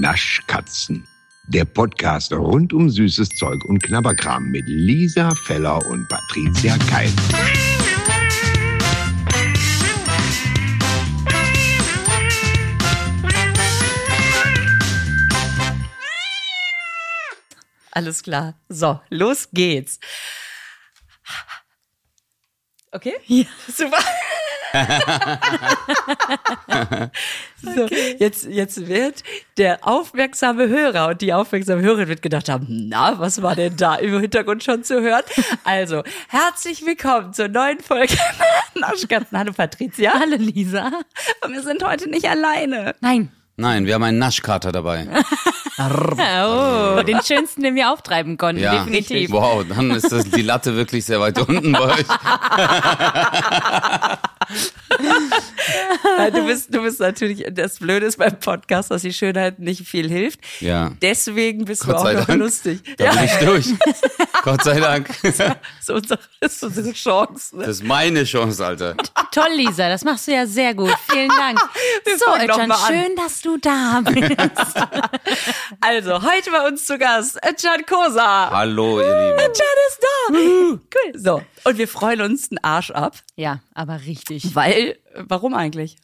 Naschkatzen. Der Podcast rund um süßes Zeug und Knabberkram mit Lisa Feller und Patricia Keil. Alles klar. So, los geht's. Okay? Ja. Super. so, jetzt, jetzt wird der aufmerksame Hörer und die aufmerksame Hörerin wird gedacht haben, na, was war denn da im Hintergrund schon zu hören? Also, herzlich willkommen zur neuen Folge Naschkatzen. Hallo Patricia. Hallo Lisa. Und wir sind heute nicht alleine. Nein. Nein, wir haben einen Naschkater dabei. Oh, den schönsten, den wir auftreiben konnten, Ja. definitiv. Wow, dann ist das, die Latte wirklich sehr weit unten bei euch. Nein, du bist, du bist natürlich, das Blöde ist beim Podcast, dass die Schönheit nicht viel hilft. Ja. Deswegen bist du Gott auch sei noch Dank. lustig. Da bin ich durch. Gott sei Dank. Das ist unsere, das ist unsere Chance. Ne? Das ist meine Chance, Alter. Toll, Lisa, das machst du ja sehr gut. Vielen Dank. Wir so, fangen doch Özcan, mal an. schön, dass du da bist. Also, heute bei uns zu Gast, Can Kosa. Hallo, ihr Can Lieben. ist da. Cool. So, und wir freuen uns einen Arsch ab, Ja, aber richtig. weil, warum eigentlich?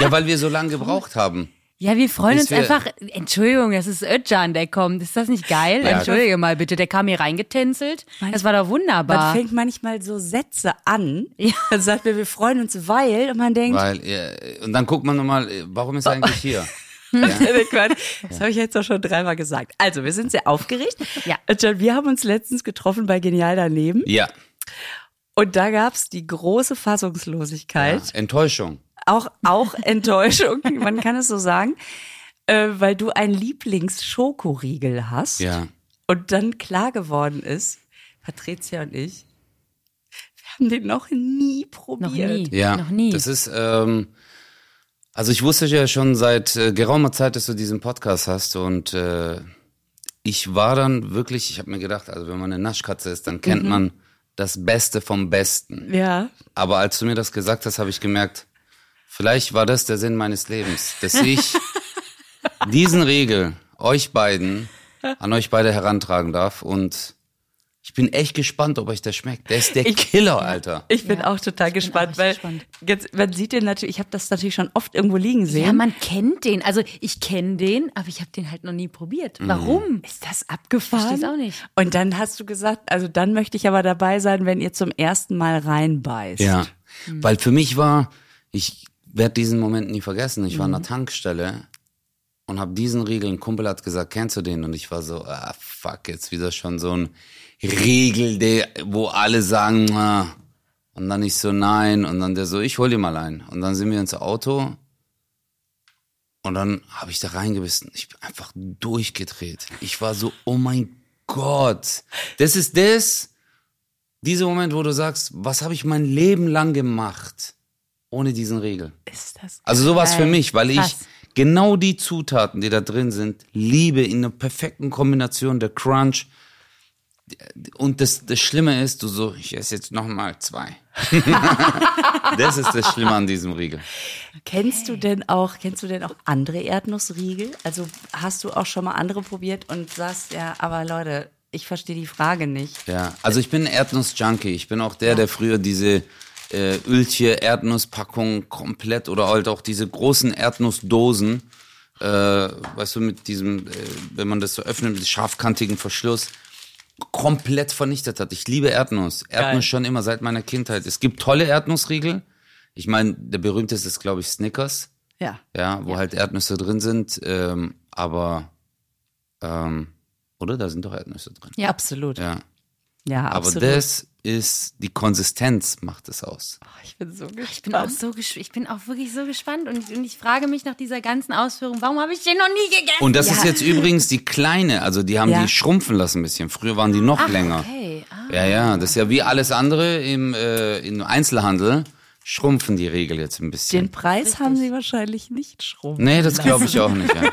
Ja, weil wir so lange gebraucht haben. Ja, wir freuen Ist uns wir- einfach. Entschuldigung, das ist Özcan, der kommt. Ist das nicht geil? Ja. Entschuldige mal bitte, der kam hier reingetänzelt. Das war doch Man wunderbar. fängt manchmal so Sätze an, ja. dann sagt man, wir freuen uns, weil, und man denkt, Weil, ja, und dann guckt man nochmal, warum ist er eigentlich hier? Das habe ich jetzt auch schon dreimal gesagt. Also, wir sind sehr aufgeregt. Ja. Özcan, wir haben uns letztens getroffen bei Genial daneben Ja. und da gab es die große Fassungslosigkeit. Enttäuschung. auch, auch Enttäuschung, man kann es so sagen, äh, weil du einen Lieblingsschokoriegel hast Ja. und dann klar geworden ist, Patricia und ich, wir haben den noch nie probiert. Noch nie. Ja. Noch nie. Das ist, ähm, also ich wusste ja schon seit äh, geraumer Zeit, dass du diesen Podcast hast und äh, ich war dann wirklich, ich habe mir gedacht, also wenn man eine Naschkatze ist, dann Mhm. kennt man das Beste vom Besten. Ja, Aber als du mir das gesagt hast, habe ich gemerkt, vielleicht war das der Sinn meines Lebens, dass ich diesen Regel euch beiden an euch beide herantragen darf und ich bin echt gespannt, ob euch der schmeckt. Der ist der Ich- Killer, Alter. ich bin Ja, auch total ich bin auch gespannt, richtig weil gespannt. jetzt, man sieht den natürlich, ich habe das natürlich schon oft irgendwo liegen sehen. Ja, man kennt den. Also ich kenne den, aber ich habe den halt noch nie probiert. Warum? Mhm. ist das abgefahren? Versteh's auch nicht. Und dann hast du gesagt, also dann möchte ich aber dabei sein, wenn ihr zum ersten Mal reinbeißt. Ja, weil für mich war, ich werde diesen Moment nie vergessen. Ich war an der Tankstelle und habe diesen Riegel. Ein Kumpel hat gesagt, kennst du den? Und ich war so, ah fuck, jetzt wieder schon so ein Riegel, der, wo alle sagen, ah. und dann ich so nein und dann der so, ich hol dir mal ein. Und dann sind wir ins Auto und dann habe ich da reingebissen. Ich bin einfach durchgedreht. Ich war so, oh mein Gott, das ist das dieser Moment, wo du sagst, was habe ich mein Leben lang gemacht ohne diesen Regel? Ist das Also sowas für mich, weil Krass. ich genau die Zutaten, die da drin sind, liebe in einer perfekten Kombination, der Crunch. Und das, das Schlimme ist, du so, ich esse jetzt nochmal zwei. das ist das Schlimme an diesem Riegel. Kennst du denn auch, kennst du denn auch andere Erdnussriegel? Also hast du auch schon mal andere probiert und sagst, ja, aber Leute, ich verstehe die Frage nicht. Ja, also ich bin Erdnuss-Junkie. Ich bin auch der, der früher diese äh, Öltje Erdnusspackung komplett oder halt auch diese großen Erdnussdosen, äh, weißt du, mit diesem, äh, wenn man das so öffnet, mit dem scharfkantigen Verschluss, komplett vernichtet hat. Ich liebe Erdnuss. Erdnuss schon immer seit meiner Kindheit. Es gibt tolle Erdnussriegel. Ich meine, der berühmteste ist, glaube ich, Snickers Ja. ja, wo halt Erdnüsse drin sind, ähm, aber ähm, oder da sind doch Erdnüsse drin. Ja. Absolut. Ja, Ja, aber absolut. das ist die Konsistenz macht es aus. ich bin so ah, Ich bin auch gespannt. so gesp- ich bin auch wirklich so gespannt und, und ich frage mich nach dieser ganzen Ausführung, warum habe ich den noch nie gegessen? Und das ist jetzt übrigens die kleine, also die haben Ja. die schrumpfen lassen ein bisschen. Früher waren die noch länger. Okay, ah, Ja, ja, das ist ja wie alles andere im, äh, im Einzelhandel schrumpfen die Regel jetzt ein bisschen. Den Preis haben sie wahrscheinlich nicht schrumpfen. nee, das glaube ich auch nicht. Ja.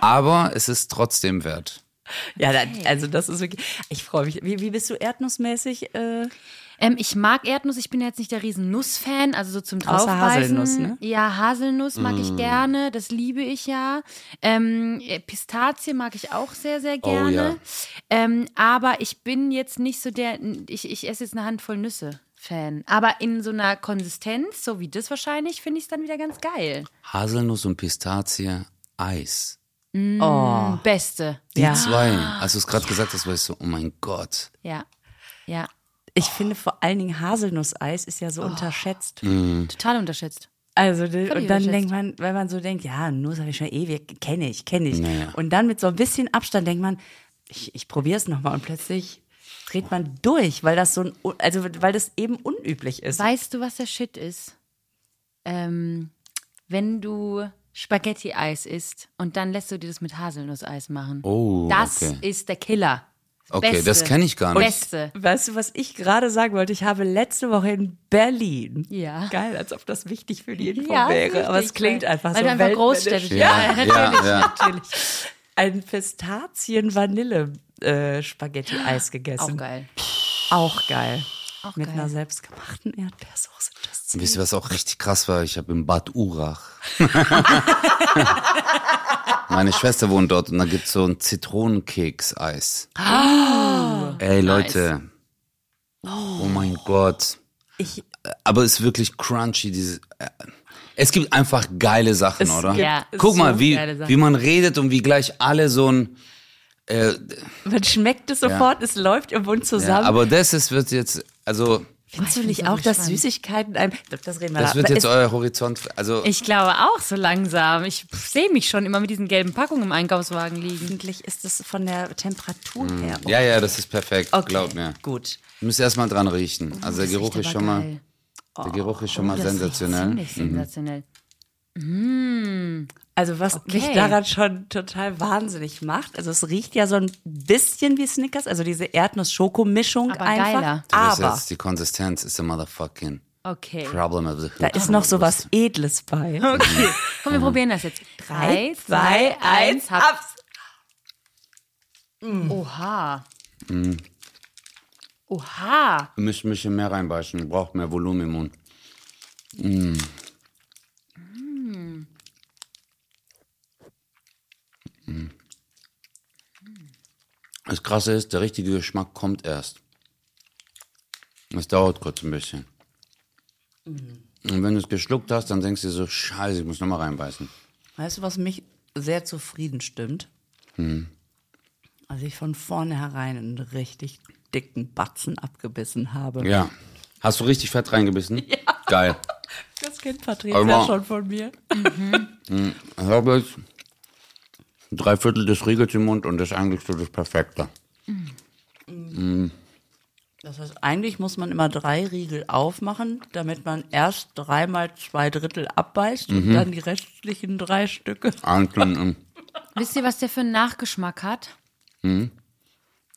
Aber es ist trotzdem wert. Ja, da, also das ist wirklich. Ich freue mich. Wie, wie bist du erdnussmäßig? Äh, Ähm, ich mag Erdnuss, ich bin jetzt nicht der riesen Nussfan, also so zum Außer Draufbeißen. Haselnuss, ne? Ja, Haselnuss mag Mm. ich gerne, das liebe ich ja. Ähm, äh, Pistazie mag ich auch sehr, sehr Oh, gerne. ja. ähm, aber ich bin jetzt nicht so der, ich, ich esse jetzt eine Handvoll Nüsse. Fan. Aber in so einer Konsistenz, so wie das wahrscheinlich, finde ich es dann wieder ganz geil. Haselnuss und Pistazie, Eis. Oh. Mm, Beste. Die Ja. zwei. Als du es gerade gesagt hast, war ich so, oh mein Gott. Ja. Ja. Ich finde vor allen Dingen Haselnusseis ist Oh. ja so unterschätzt. Mhm. Mm. Total unterschätzt. Also d- und dann überschätzt. denkt man, wenn man so denkt, ja, Nuss habe ich schon ewig, kenne ich, kenne ich. Naja. Und dann mit so ein bisschen Abstand denkt man, ich, ich probiere es nochmal und plötzlich dreht man durch, weil das so ein, un- also weil das eben unüblich ist. Weißt du, was der Shit ist? Ähm, wenn du Spaghetti-Eis isst und dann lässt du dir das mit Haselnusseis machen. Oh, das okay. ist der Killer. Okay, Beste. das kenn ich gar nicht. Beste. Weißt du, was ich gerade sagen wollte? Ich habe letzte Woche in Berlin. Ja. Geil, als ob das wichtig für die Info Ja, wäre. richtig, Aber es klingt weil- einfach weil so du einfach weltmännisch. großstädtisch Ja, bist. ja, ja. natürlich. Ein Pistazien-Vanille-Spaghetti-Eis gegessen. Auch geil. Auch geil. Auch Mit geil. einer selbstgemachten Erdbeersoße. Das zieht. Wisst ihr, was auch richtig krass war? Ich habe in Bad Urach. Meine Schwester wohnt dort und da gibt's so ein Zitronenkeks-Eis. Ah. Ey, Leute. Oh mein Gott. Ich, Aber es ist wirklich crunchy, diese. äh, Es gibt einfach geile Sachen, Es oder? gibt Ja, Guck mal, so wie, geile Sachen. wie man redet und wie gleich alle so ein. man schmeckt es sofort, es läuft im Mund Ja, zusammen. aber das ist, wird jetzt. Also, Findest du Oh, ich nicht bin so auch, dass gespannt. Süßigkeiten einem. Ich glaub, Das reden wir das da- wird jetzt es- euer Horizont. Also, Ich glaube auch so langsam. Ich sehe mich schon immer mit diesen gelben Packungen im Einkaufswagen liegen. Eigentlich ist es von der Temperatur her. Mm. ja, ja, das ist perfekt. Glaub mir. Gut. Du müsst erstmal dran riechen. Also der Oh, das Geruch riecht ist aber schon mal, geil. Oh, der Geruch ist schon mal Das riecht sensationell. Mhm. Ziemlich sensationell. Also was mich Okay. daran schon total wahnsinnig macht, also es riecht ja so ein bisschen wie Snickers, also diese Erdnuss-Schoko-Mischung Aber einfach. geiler. Das ist Aber jetzt die Konsistenz ist the motherfucking Okay. problem of the da ist noch so was Edles bei. Okay. Komm, wir Mhm. probieren das jetzt. Drei, zwei, eins, hab. hab's. Oha. Mhm. Oha. Ihr müsst ein bisschen mehr reinbeißen. Ihr braucht mehr Volumen im Mund. Mm. Mm. Das Krasse ist, der richtige Geschmack kommt erst. Es dauert kurz ein bisschen. Und wenn du es geschluckt hast, dann denkst du dir so, scheiße, ich muss nochmal reinbeißen. Weißt du, was mich sehr zufrieden stimmt? Hm. Als ich von vornherein einen richtig dicken Batzen abgebissen habe. Ja. Hast du richtig fett reingebissen? Ja. Geil. Das kennt Patricia Aber mal- schon von mir. Ich habe jetzt drei Viertel des Riegels im Mund und das ist eigentlich so das Perfekte. Das heißt, eigentlich muss man immer drei Riegel aufmachen, damit man erst dreimal zwei Drittel abbeißt Mhm. und dann die restlichen drei Stücke. Einzeln im Wisst ihr, was der für einen Nachgeschmack hat? Mhm.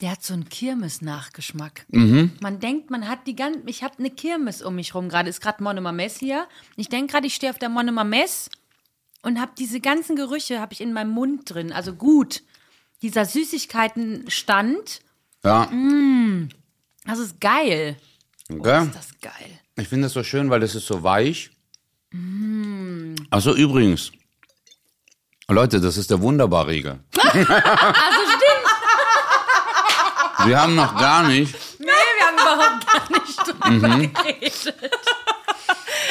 Der hat so einen Kirmes-Nachgeschmack. Mhm. Man denkt, man hat die ganze. Ich habe eine Kirmes um mich rum gerade. Ist gerade Monomames hier. Ich denke gerade, ich stehe auf der Monomames und habe diese ganzen Gerüche habe ich in meinem Mund drin. Also gut. Dieser Süßigkeitenstand. ja, Das ist geil. okay. Das ist geil. Ich finde das so schön, weil das ist so weich. Achso, übrigens. Leute, das ist der Wunderbar-Riegel. Wir haben noch gar nicht. Wir haben überhaupt gar nicht drüber geredet.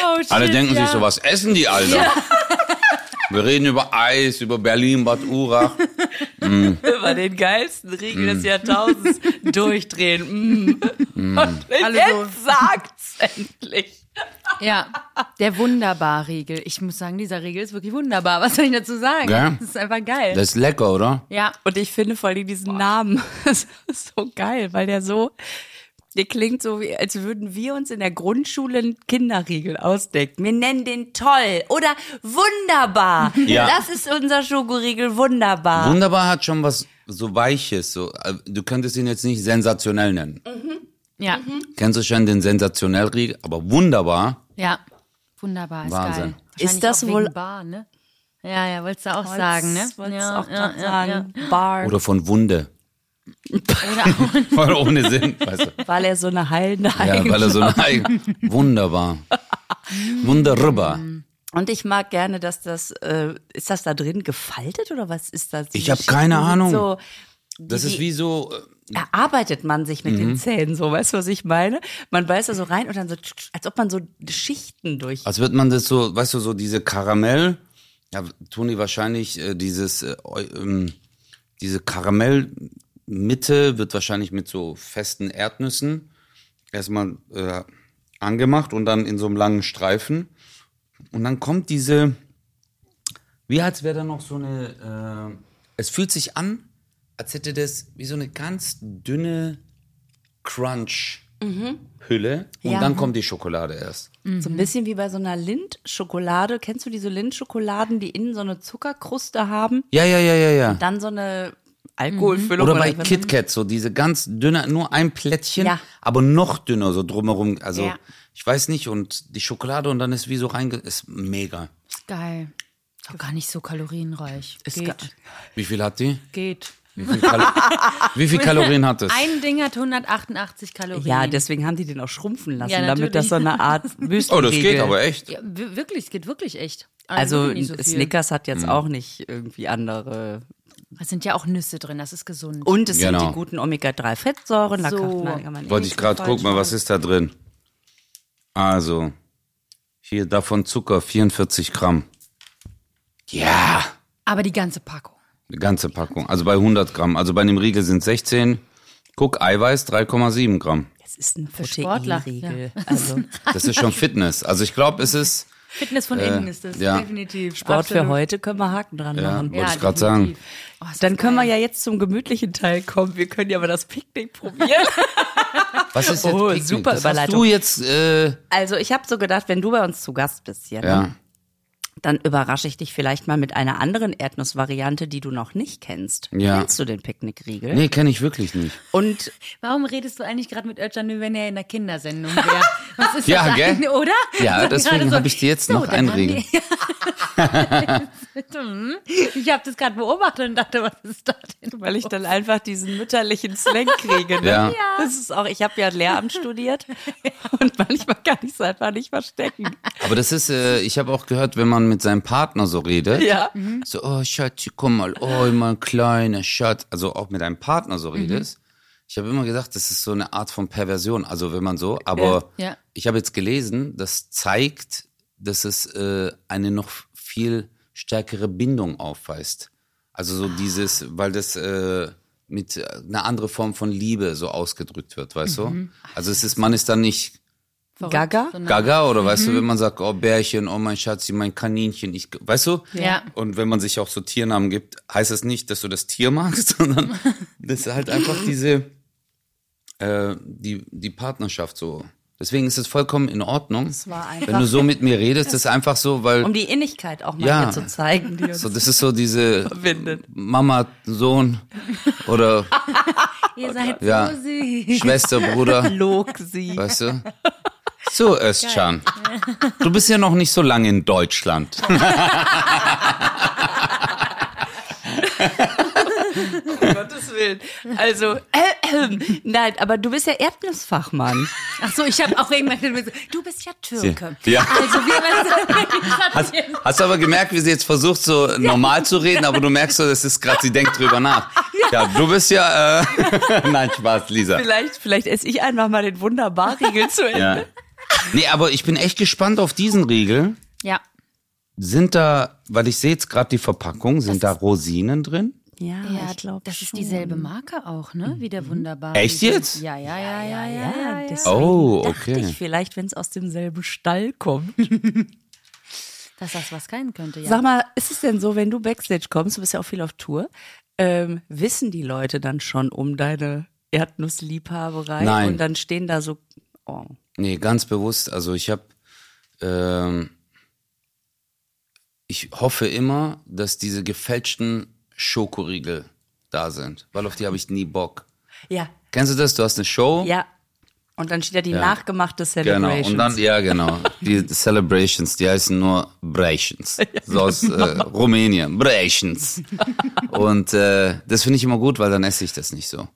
Oh, shit, Mhm. Alle denken ja. sich so, was essen die, Alter? Wir reden über Eis, über Berlin, Bad Urach. Über den geilsten Riegel Mhm. des Jahrtausends durchdrehen. Mm. Und jetzt sagt's endlich. Ja, der Wunderbar-Riegel. Ich muss sagen, dieser Riegel ist wirklich wunderbar. Was soll ich dazu sagen? Gell? Das ist einfach geil. Das ist lecker, oder? ja, Und ich finde vor allem diesen Namen so geil, weil der so, der klingt so, wie, als würden wir uns in der Grundschule einen Kinderriegel ausdenken. Wir nennen den toll oder wunderbar. Ja. Das ist unser Schokoriegel wunderbar. Wunderbar hat schon was so Weiches. So, äh, du könntest ihn jetzt nicht sensationell nennen. ja, Mhm. Kennst du schon den sensationell Riegel? Aber wunderbar. ja. Wunderbar ist Wahnsinn. geil. Wahrscheinlich Ist das auch wohl- Wegen Bar, ne? Ja, ja, wolltest du auch Wollt's- sagen, ne? wollt's ja, auch grad sagen. Bar. Oder von Wunde. Oder auch, Voll ohne Sinn, weißt du. Weil er so eine heilende Ja, weil er so nein. Wunderbar. Wunderbar. Und ich mag gerne, dass das, äh, ist das da drin gefaltet oder was ist das? Ich hab Geschichten keine sind Ahnung. So, Das ist wie so. äh, erarbeitet man sich mit Mhm. den Zähnen so, weißt du, was ich meine? Man beißt da so rein und dann so, tsch, tsch, als ob man so Schichten durch. Als wird man das so, weißt du, so diese Karamell, ja, tun die wahrscheinlich äh, dieses, äh, eu- ähm, diese Karamellmitte wird wahrscheinlich mit so festen Erdnüssen erstmal äh, angemacht und dann in so einem langen Streifen. Und dann kommt diese, wie als wäre da noch so eine, äh, es fühlt sich an, als hätte das wie so eine ganz dünne Crunch-Hülle. Und Ja. dann kommt die Schokolade erst. So ein bisschen wie bei so einer Lindt-Schokolade. Kennst du diese Lindt-Schokoladen, die innen so eine Zuckerkruste haben? Ja, ja, ja, ja, ja. Dann so eine Alkoholfüllung. Oder bei was? KitKat, so diese ganz dünne, nur ein Plättchen, ne? Ja. aber noch dünner, so drumherum. Also, Ja. ich weiß nicht, und die Schokolade und dann ist wie so reinge... Ist mega. ist geil. Ist auch gar nicht so kalorienreich. Ist geht. ge- Wie viel hat die? geht. Wie viel, Kalo wie viel Kalorien hat es? Ein Ding hat 188 Kalorien. Ja, deswegen haben die den auch schrumpfen lassen, Ja, damit das so eine Art Müsli Oh, das geht aber echt. Ja, w- wirklich, es geht wirklich echt. Also wirklich nicht so viel. Snickers hat Mhm. jetzt auch nicht irgendwie andere. Es sind ja auch Nüsse drin, das ist gesund. Und es sind Genau. die guten Omega-3-Fettsäuren. Da So. kann man, kann man eh Wollte nicht ich gerade so gucken, falsch was ist da drin? Also, hier davon Zucker, 44 Gramm. Ja, Aber die ganze Packung. eine ganze Packung. Also bei 100 Gramm. Also bei dem Riegel sind 16. Guck, Eiweiß 3,7 Gramm. Es ist ein Sportler, Proteinriegel. Also Das ist schon Fitness. Also ich glaube, es ist, Fitness von innen ist das, Äh, ja. definitiv. Sport für Absolut. heute können wir Haken dran machen. wollte ich gerade sagen. definitiv. Oh, ist das Dann können wir geil. ja jetzt zum gemütlichen Teil kommen. Wir können ja mal das Picknick probieren. Was ist jetzt Oh, Picknick? super das Überleitung. Hast du jetzt, äh, Also ich habe so gedacht, wenn du bei uns zu Gast bist hier, ne, ja. dann überrasche ich dich vielleicht mal mit einer anderen Erdnussvariante, die du noch nicht kennst. Ja. Kennst du den Picknickriegel? Nee, kenne ich wirklich nicht. Und Warum redest du eigentlich gerade mit Özcan, wie wenn er in einer Kindersendung wäre? Was ist Ja, das gell? eigentlich, oder? Ja, Sagt deswegen gerade hab ich dir jetzt noch dann einen haben Regel. die- Hm, ich habe das gerade beobachtet und dachte, was ist das denn? weil ich dann einfach diesen mütterlichen Slang kriege. Ne? Ja. Ja. Das ist auch, ich habe ja Lehramt studiert und manchmal kann ich es einfach nicht verstecken. Aber das ist, äh, ich habe auch gehört, wenn man mit seinem Partner so redet, Ja. so, oh Schatz, komm mal, oh mein kleiner Schatz, also auch mit einem Partner Mhm. so redest. Ich habe immer gedacht, das ist so eine Art von Perversion, also wenn man so, aber Ja. Ja. ich habe jetzt gelesen, das zeigt, dass es äh, eine noch viel stärkere Bindung aufweist. Also so dieses, weil das äh, mit äh, einer anderen Form von Liebe so ausgedrückt wird, weißt du? Mhm. Also es ist, man ist dann nicht Verrückt, Gaga? sondern- Gaga oder weißt du, wenn man sagt, oh Bärchen, oh mein Schatz, mein Kaninchen, ich, weißt du? Ja. Und wenn man sich auch so Tiernamen gibt, heißt das nicht, dass du das Tier magst, sondern das ist halt einfach diese, äh, die, die Partnerschaft so. Deswegen ist es vollkommen in Ordnung. war einfach- wenn du so mit mir redest, ist einfach so, weil Um die Innigkeit auch mal Ja. hier zu zeigen. Die uns so, das ist so diese verbindet. Mama, Sohn oder Ihr seid Ja. so süß. Schwester, Bruder, Log sie. weißt du? So, Özcan, du bist ja noch nicht so lange in Deutschland. Um Gottes Willen. Also, äh, äh, nein, aber du bist ja Erdnussfachmann. Ach so, ich habe auch irgendwann du bist ja Türke. Ja. Also Hast, wir hast aber gemerkt, wie sie jetzt versucht, so normal zu reden, aber du merkst so, das ist gerade, sie denkt drüber nach. Ja, du bist ja, äh, nein, Spaß, Lisa. Vielleicht, vielleicht esse ich einfach mal den Wunderbarriegel zu Ende. Ja. Nee, aber ich bin echt gespannt auf diesen Riegel. Ja. Sind da, weil ich sehe jetzt gerade die Verpackung, sind da Rosinen drin? Ja, Ja, ich glaube das ist dieselbe Marke auch, ne? Wie der wunderbare. Echt jetzt? Ja, ja, ja, ja, ja. Ja, deswegen Oh, dachte ich okay. vielleicht, wenn es aus demselben Stall kommt. Dass das was sein könnte, ja. Sag mal, ist es denn so, wenn du Backstage kommst, du bist ja auch viel auf Tour, ähm, wissen die Leute dann schon um deine Erdnussliebhaberei? Nein. Und dann stehen da so, oh, Nee, ganz bewusst. Also ich habe, ähm, ich hoffe immer, dass diese gefälschten Schokoriegel da sind, weil auf die habe ich nie Bock. ja, Kennst du das? Du hast eine Show. ja, Und dann steht ja die nachgemachte Celebration. Genau, und dann, ja, genau. Die Celebrations, die heißen nur Brechens. So aus äh, Rumänien, Brechens. Und äh, das finde ich immer gut, weil dann esse ich das nicht so.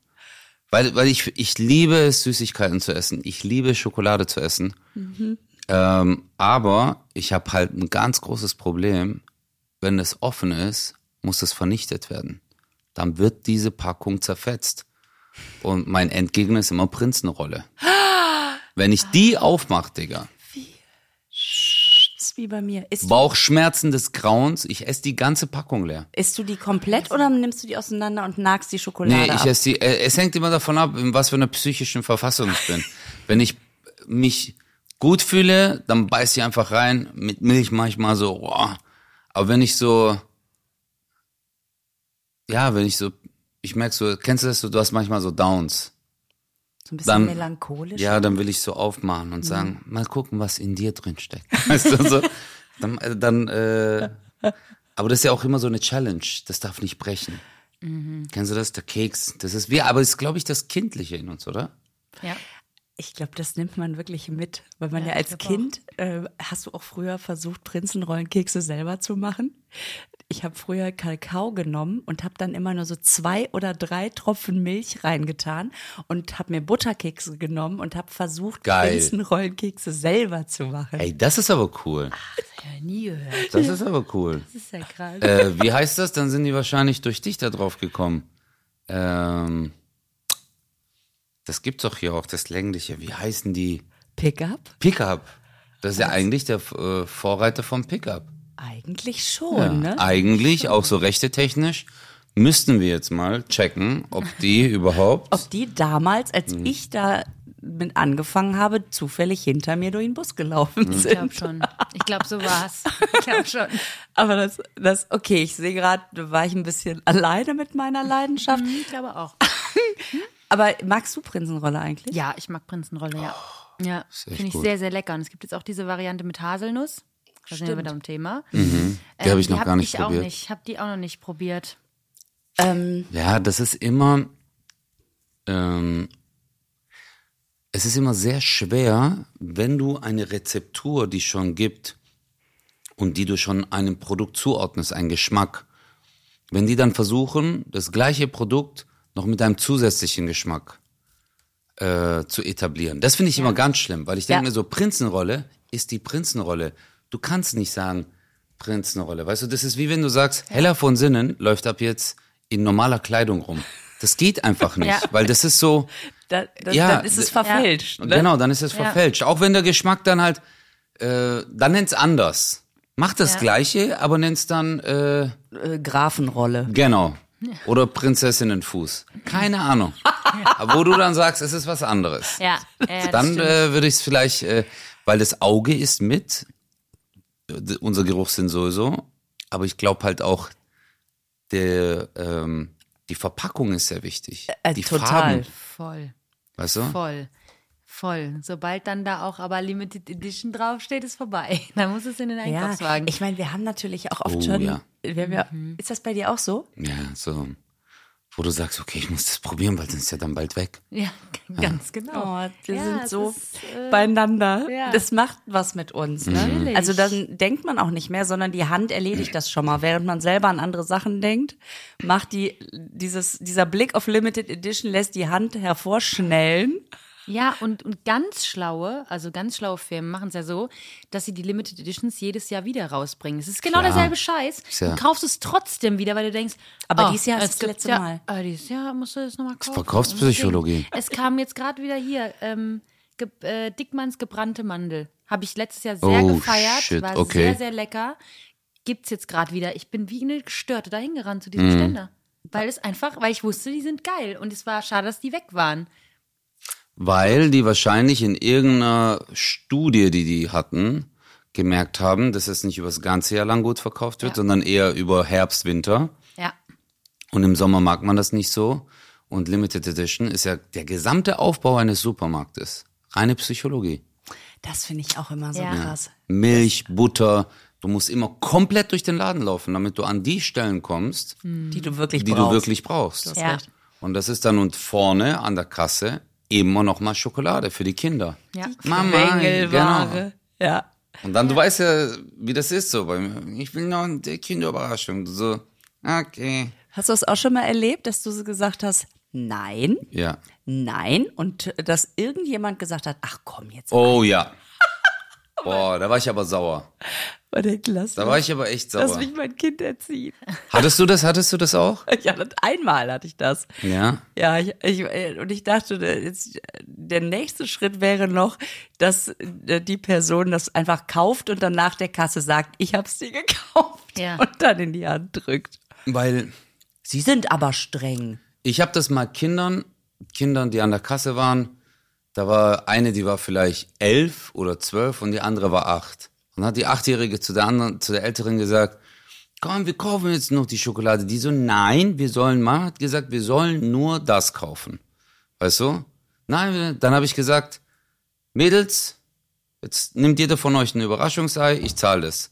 Weil, weil ich, ich liebe es, Süßigkeiten zu essen. Ich liebe Schokolade zu essen. Ähm, aber ich habe halt ein ganz großes Problem, wenn das offen ist, muss es vernichtet werden. Dann wird diese Packung zerfetzt. Und mein Endgegner ist immer Prinzenrolle. Wenn ich die aufmache, Digga, ist wie bei mir. Isst, Bauchschmerzen des Grauens, ich esse die ganze Packung leer. isst du die komplett oder nimmst du die auseinander und nagst die Schokolade Nee, ich ab? esse die, äh, es hängt immer davon ab, in was für einer psychischen Verfassung ich bin. Wenn ich mich gut fühle, dann beiß ich einfach rein. Mit Milch manchmal so, boah. Aber wenn ich so, ja, wenn ich so, ich merk so, kennst du das, so, du hast manchmal so Downs. So ein bisschen dann- melancholisch. Ja, dann will ich so aufmachen und sagen, mal gucken, was in dir drin steckt. Weißt du, so, dann, äh, dann äh, aber das ist ja auch immer so eine Challenge, das darf nicht brechen. Kennst du das? Der Keks, das ist wir, aber ist, glaube ich, das Kindliche in uns, oder? Ja. Ich glaube, das nimmt man wirklich mit, weil man ja, Ja, als ich glaub auch. Kind, äh, hast du auch früher versucht, Prinzenrollenkekse selber zu machen? Ich habe früher Kakao genommen und habe dann immer nur so zwei oder drei Tropfen Milch reingetan und habe mir Butterkekse genommen und habe versucht, Geil. Prinzenrollenkekse selber zu machen. Ey, das ist aber cool. Ja, nie gehört. Das ist aber cool. Das ist ja krass. Äh, wie heißt das? Dann sind die wahrscheinlich durch dich da drauf gekommen. Ähm, das gibt's doch hier auch, das Längliche. Wie heißen die? Pickup? Pickup. Das ist ja eigentlich der äh, Vorreiter vom Pickup. Eigentlich schon, ne? Eigentlich, auch so rechte technisch, müssten wir jetzt mal checken, ob die überhaupt. Ob die damals, als Mhm. ich da mit angefangen habe, zufällig hinter mir durch den Bus Mhm. gelaufen Ich sind. glaube schon. Ich glaube, so war's. Ich glaube schon. Aber das, das okay, ich sehe gerade, da war ich ein bisschen alleine mit meiner Leidenschaft. Hm, Ich glaube auch. Aber magst du Prinzenrolle eigentlich? Ja, ich mag Prinzenrolle, ja. Ja, Oh, echt finde ich gut. sehr, sehr lecker. Und es gibt jetzt auch diese Variante mit Haselnuss. Da sind wir wieder am Thema. Mhm. Ähm, Die habe ich noch hab gar nicht ich probiert. Auch nicht. Ich habe die auch noch nicht probiert. Ähm, Ja, das ist immer. Ähm, es ist immer sehr schwer, wenn du eine Rezeptur, die schon gibt und die du schon einem Produkt zuordnest, einen Geschmack, wenn die dann versuchen, das gleiche Produkt noch mit einem zusätzlichen Geschmack äh, zu etablieren. Das finde ich immer ganz schlimm, weil ich denke Ja. mir so, Prinzenrolle ist die Prinzenrolle. Du kannst nicht sagen, Prinzenrolle. Weißt du, das ist wie wenn du sagst, Hella von Sinnen läuft ab jetzt in normaler Kleidung rum. Das geht einfach nicht, Ja. weil das ist so, da, da, Ja, dann ist es d- verfälscht. Ne? Genau, dann ist es Ja. verfälscht. Auch wenn der Geschmack dann halt, äh, dann nennt's anders. Macht das Ja. Gleiche, aber nennt's dann, äh, Äh, Grafenrolle. genau. Oder Prinzessinnenfuß. Keine Ahnung. Aber Wo du dann sagst, es ist was anderes. Ja, äh, das Dann stimmt. äh, würde ich es vielleicht, äh, weil das Auge ist mit, äh, d- unser Geruchssinn sowieso, aber ich glaube halt auch, der, ähm, die Verpackung ist sehr wichtig. Äh, die total. Farben, voll, weißt du? voll, voll. Sobald dann da auch aber Limited Edition draufsteht, ist vorbei. Dann muss es in den Ja, Einkaufswagen. ich meine, wir haben natürlich auch oft Oh, schon. ja. Wir haben ja, Ist das bei dir auch so? Ja, so, wo du sagst, okay, ich muss das probieren, weil dann ist ja dann bald weg. ja, g- Ah. ganz genau. Oh, wir Ja, sind es so ist, äh, beieinander. ja. Das macht was mit uns. Ne? Natürlich. Also dann denkt man auch nicht mehr, sondern die Hand erledigt das schon mal. Während man selber an andere Sachen denkt, macht die dieses dieser Blick auf Limited Edition lässt die Hand hervorschnellen. Ja, und, und ganz schlaue, also ganz schlaue Firmen machen es ja so, dass sie die Limited Editions jedes Jahr wieder rausbringen. Es ist genau Klar. derselbe Scheiß. ja- Du kaufst es trotzdem wieder, weil du denkst, Aber oh, dieses Jahr ist es das gibt letzte ja, Mal. Ah, dieses Jahr musst du es nochmal kaufen. Verkaufspsychologie. Unbedingt. Es kam jetzt gerade wieder hier, ähm, ge äh, Dickmanns gebrannte Mandel. Habe ich letztes Jahr sehr Oh, gefeiert, shit, war okay. sehr, sehr lecker. Gibt's jetzt gerade wieder. Ich bin wie eine Gestörte dahin gerannt Hm. zu diesem Ständer. Weil es einfach, weil ich wusste, die sind geil. Und es war schade, dass die weg waren. Weil die wahrscheinlich in irgendeiner Studie, die die hatten, gemerkt haben, dass es nicht über das ganze Jahr lang gut verkauft wird, Ja. sondern eher über Herbst, Winter. Ja. Und im Sommer mag man das nicht so. Und Limited Edition ist ja der gesamte Aufbau eines Supermarktes. Reine Psychologie. Das finde ich auch immer so Ja. krass. Milch, Butter. Du musst immer komplett durch den Laden laufen, damit du an die Stellen kommst, Die du wirklich die brauchst. du wirklich brauchst. Mhm. Ja. recht. Und das ist dann und vorne an der Kasse immer noch mal Schokolade für die Kinder. Ja. Mama, genau. Mängelware. Ja. Und dann, du weißt ja, wie das ist so bei mir. Ich will noch eine Kinderüberraschung. So, okay. Hast du das auch schon mal erlebt, dass du so gesagt hast, nein, Ja. nein, und dass irgendjemand gesagt hat, ach komm jetzt, Oh ja. Boah, da war ich aber sauer. mal den lass Da war ich aber echt lass sauer. mich mein Kind erziehen. Hattest du das? Hattest du das auch? ja, das, einmal hatte ich das. Ja. Ja, ich, ich, äh, und ich dachte, der- jetzt, der nächste Schritt wäre noch, dass äh, die Person das einfach kauft und dann nach der Kasse sagt, ich hab's dir gekauft Ja. und dann in die Hand drückt. Weil Sie sind aber streng. Ich habe das mal Kindern, Kindern, die an der Kasse waren, da war eine, die war vielleicht elf oder zwölf und die andere war acht. Und dann hat die Achtjährige zu der anderen, zu der Älteren gesagt, komm, wir kaufen jetzt noch die Schokolade. Die so, nein, wir sollen, Mama hat gesagt, wir sollen nur das kaufen. Weißt du? Nein, wir- dann habe ich gesagt, Mädels, jetzt nimmt jeder von euch ein Überraschungsei, ich zahle das.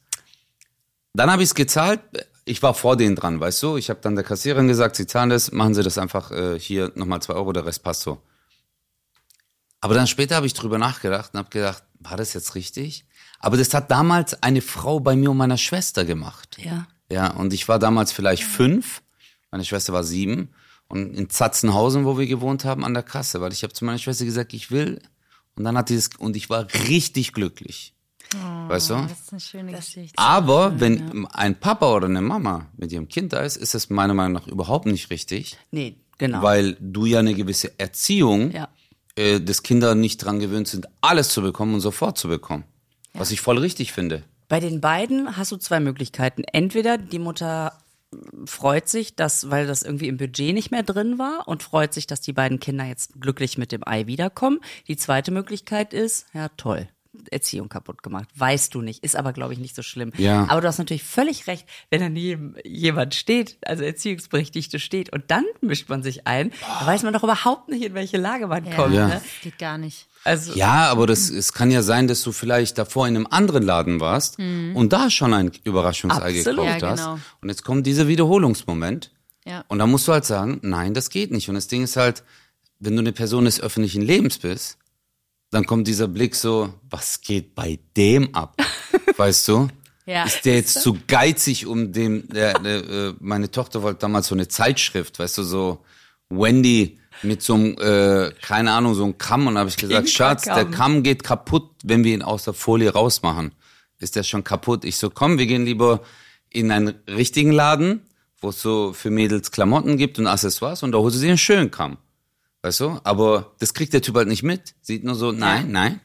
Dann habe ich es gezahlt. Ich war vor denen dran, weißt du? Ich habe dann der Kassiererin gesagt, sie zahlen das, machen sie das einfach äh, hier nochmal zwei Euro, der Rest passt so. Aber dann später habe ich drüber nachgedacht und habe gedacht, war das jetzt richtig? Aber das hat damals eine Frau bei mir und meiner Schwester gemacht. Ja. Ja, und ich war damals vielleicht fünf, meine Schwester war sieben und in Zatzenhausen, wo wir gewohnt haben, an der Kasse, weil ich habe zu meiner Schwester gesagt, ich will. Und dann hat die das, und ich war richtig glücklich. weißt du? Oh, Das ist eine schöne Geschichte. Aber wenn ein Papa oder eine Mama mit ihrem Kind da ist, ist das meiner Meinung nach überhaupt nicht richtig, Nee, genau. weil du ja eine gewisse Erziehung Ja. äh, des Kinder nicht dran gewöhnt sind, alles zu bekommen und sofort zu bekommen. Was ich voll richtig finde. Bei den beiden hast du zwei Möglichkeiten. Entweder die Mutter freut sich, dass, weil das irgendwie im Budget nicht mehr drin war und freut sich, dass die beiden Kinder jetzt glücklich mit dem Ei wiederkommen. Die zweite Möglichkeit ist, ja toll, Erziehung kaputt gemacht. Weißt du nicht, ist aber glaube ich nicht so schlimm. Ja. Aber du hast natürlich völlig recht, wenn daneben jemand steht, also Erziehungsberechtigte steht und dann mischt man sich ein, da weiß man doch überhaupt nicht, in welche Lage man kommt. Ja. Ne? Das geht gar nicht. Also Ja, aber das, es kann ja sein, dass du vielleicht davor in einem anderen Laden warst und da schon ein Überraschungsei Absolut. gekauft Ja, genau. hast. Und jetzt kommt dieser Wiederholungsmoment. Ja. Und dann musst du halt sagen, nein, das geht nicht. Und das Ding ist halt, wenn du eine Person des öffentlichen Lebens bist, dann kommt dieser Blick so, was geht bei dem ab? Weißt du? Ja. Ist der jetzt zu geizig, um dem, der, der, äh, meine Tochter wollte damals so eine Zeitschrift, weißt du, so Wendy mit so einem, äh, keine Ahnung, so einem Kamm und habe ich gesagt, Schatz, der Kamm. Kamm geht kaputt, wenn wir ihn aus der Folie rausmachen. Ist der schon kaputt? Ich so, komm, wir gehen lieber in einen richtigen Laden, wo es so für Mädels Klamotten gibt und Accessoires und da holst du sie einen schönen Kamm. Weißt du? Aber das kriegt der Typ halt nicht mit. Sieht nur so, nein, nein.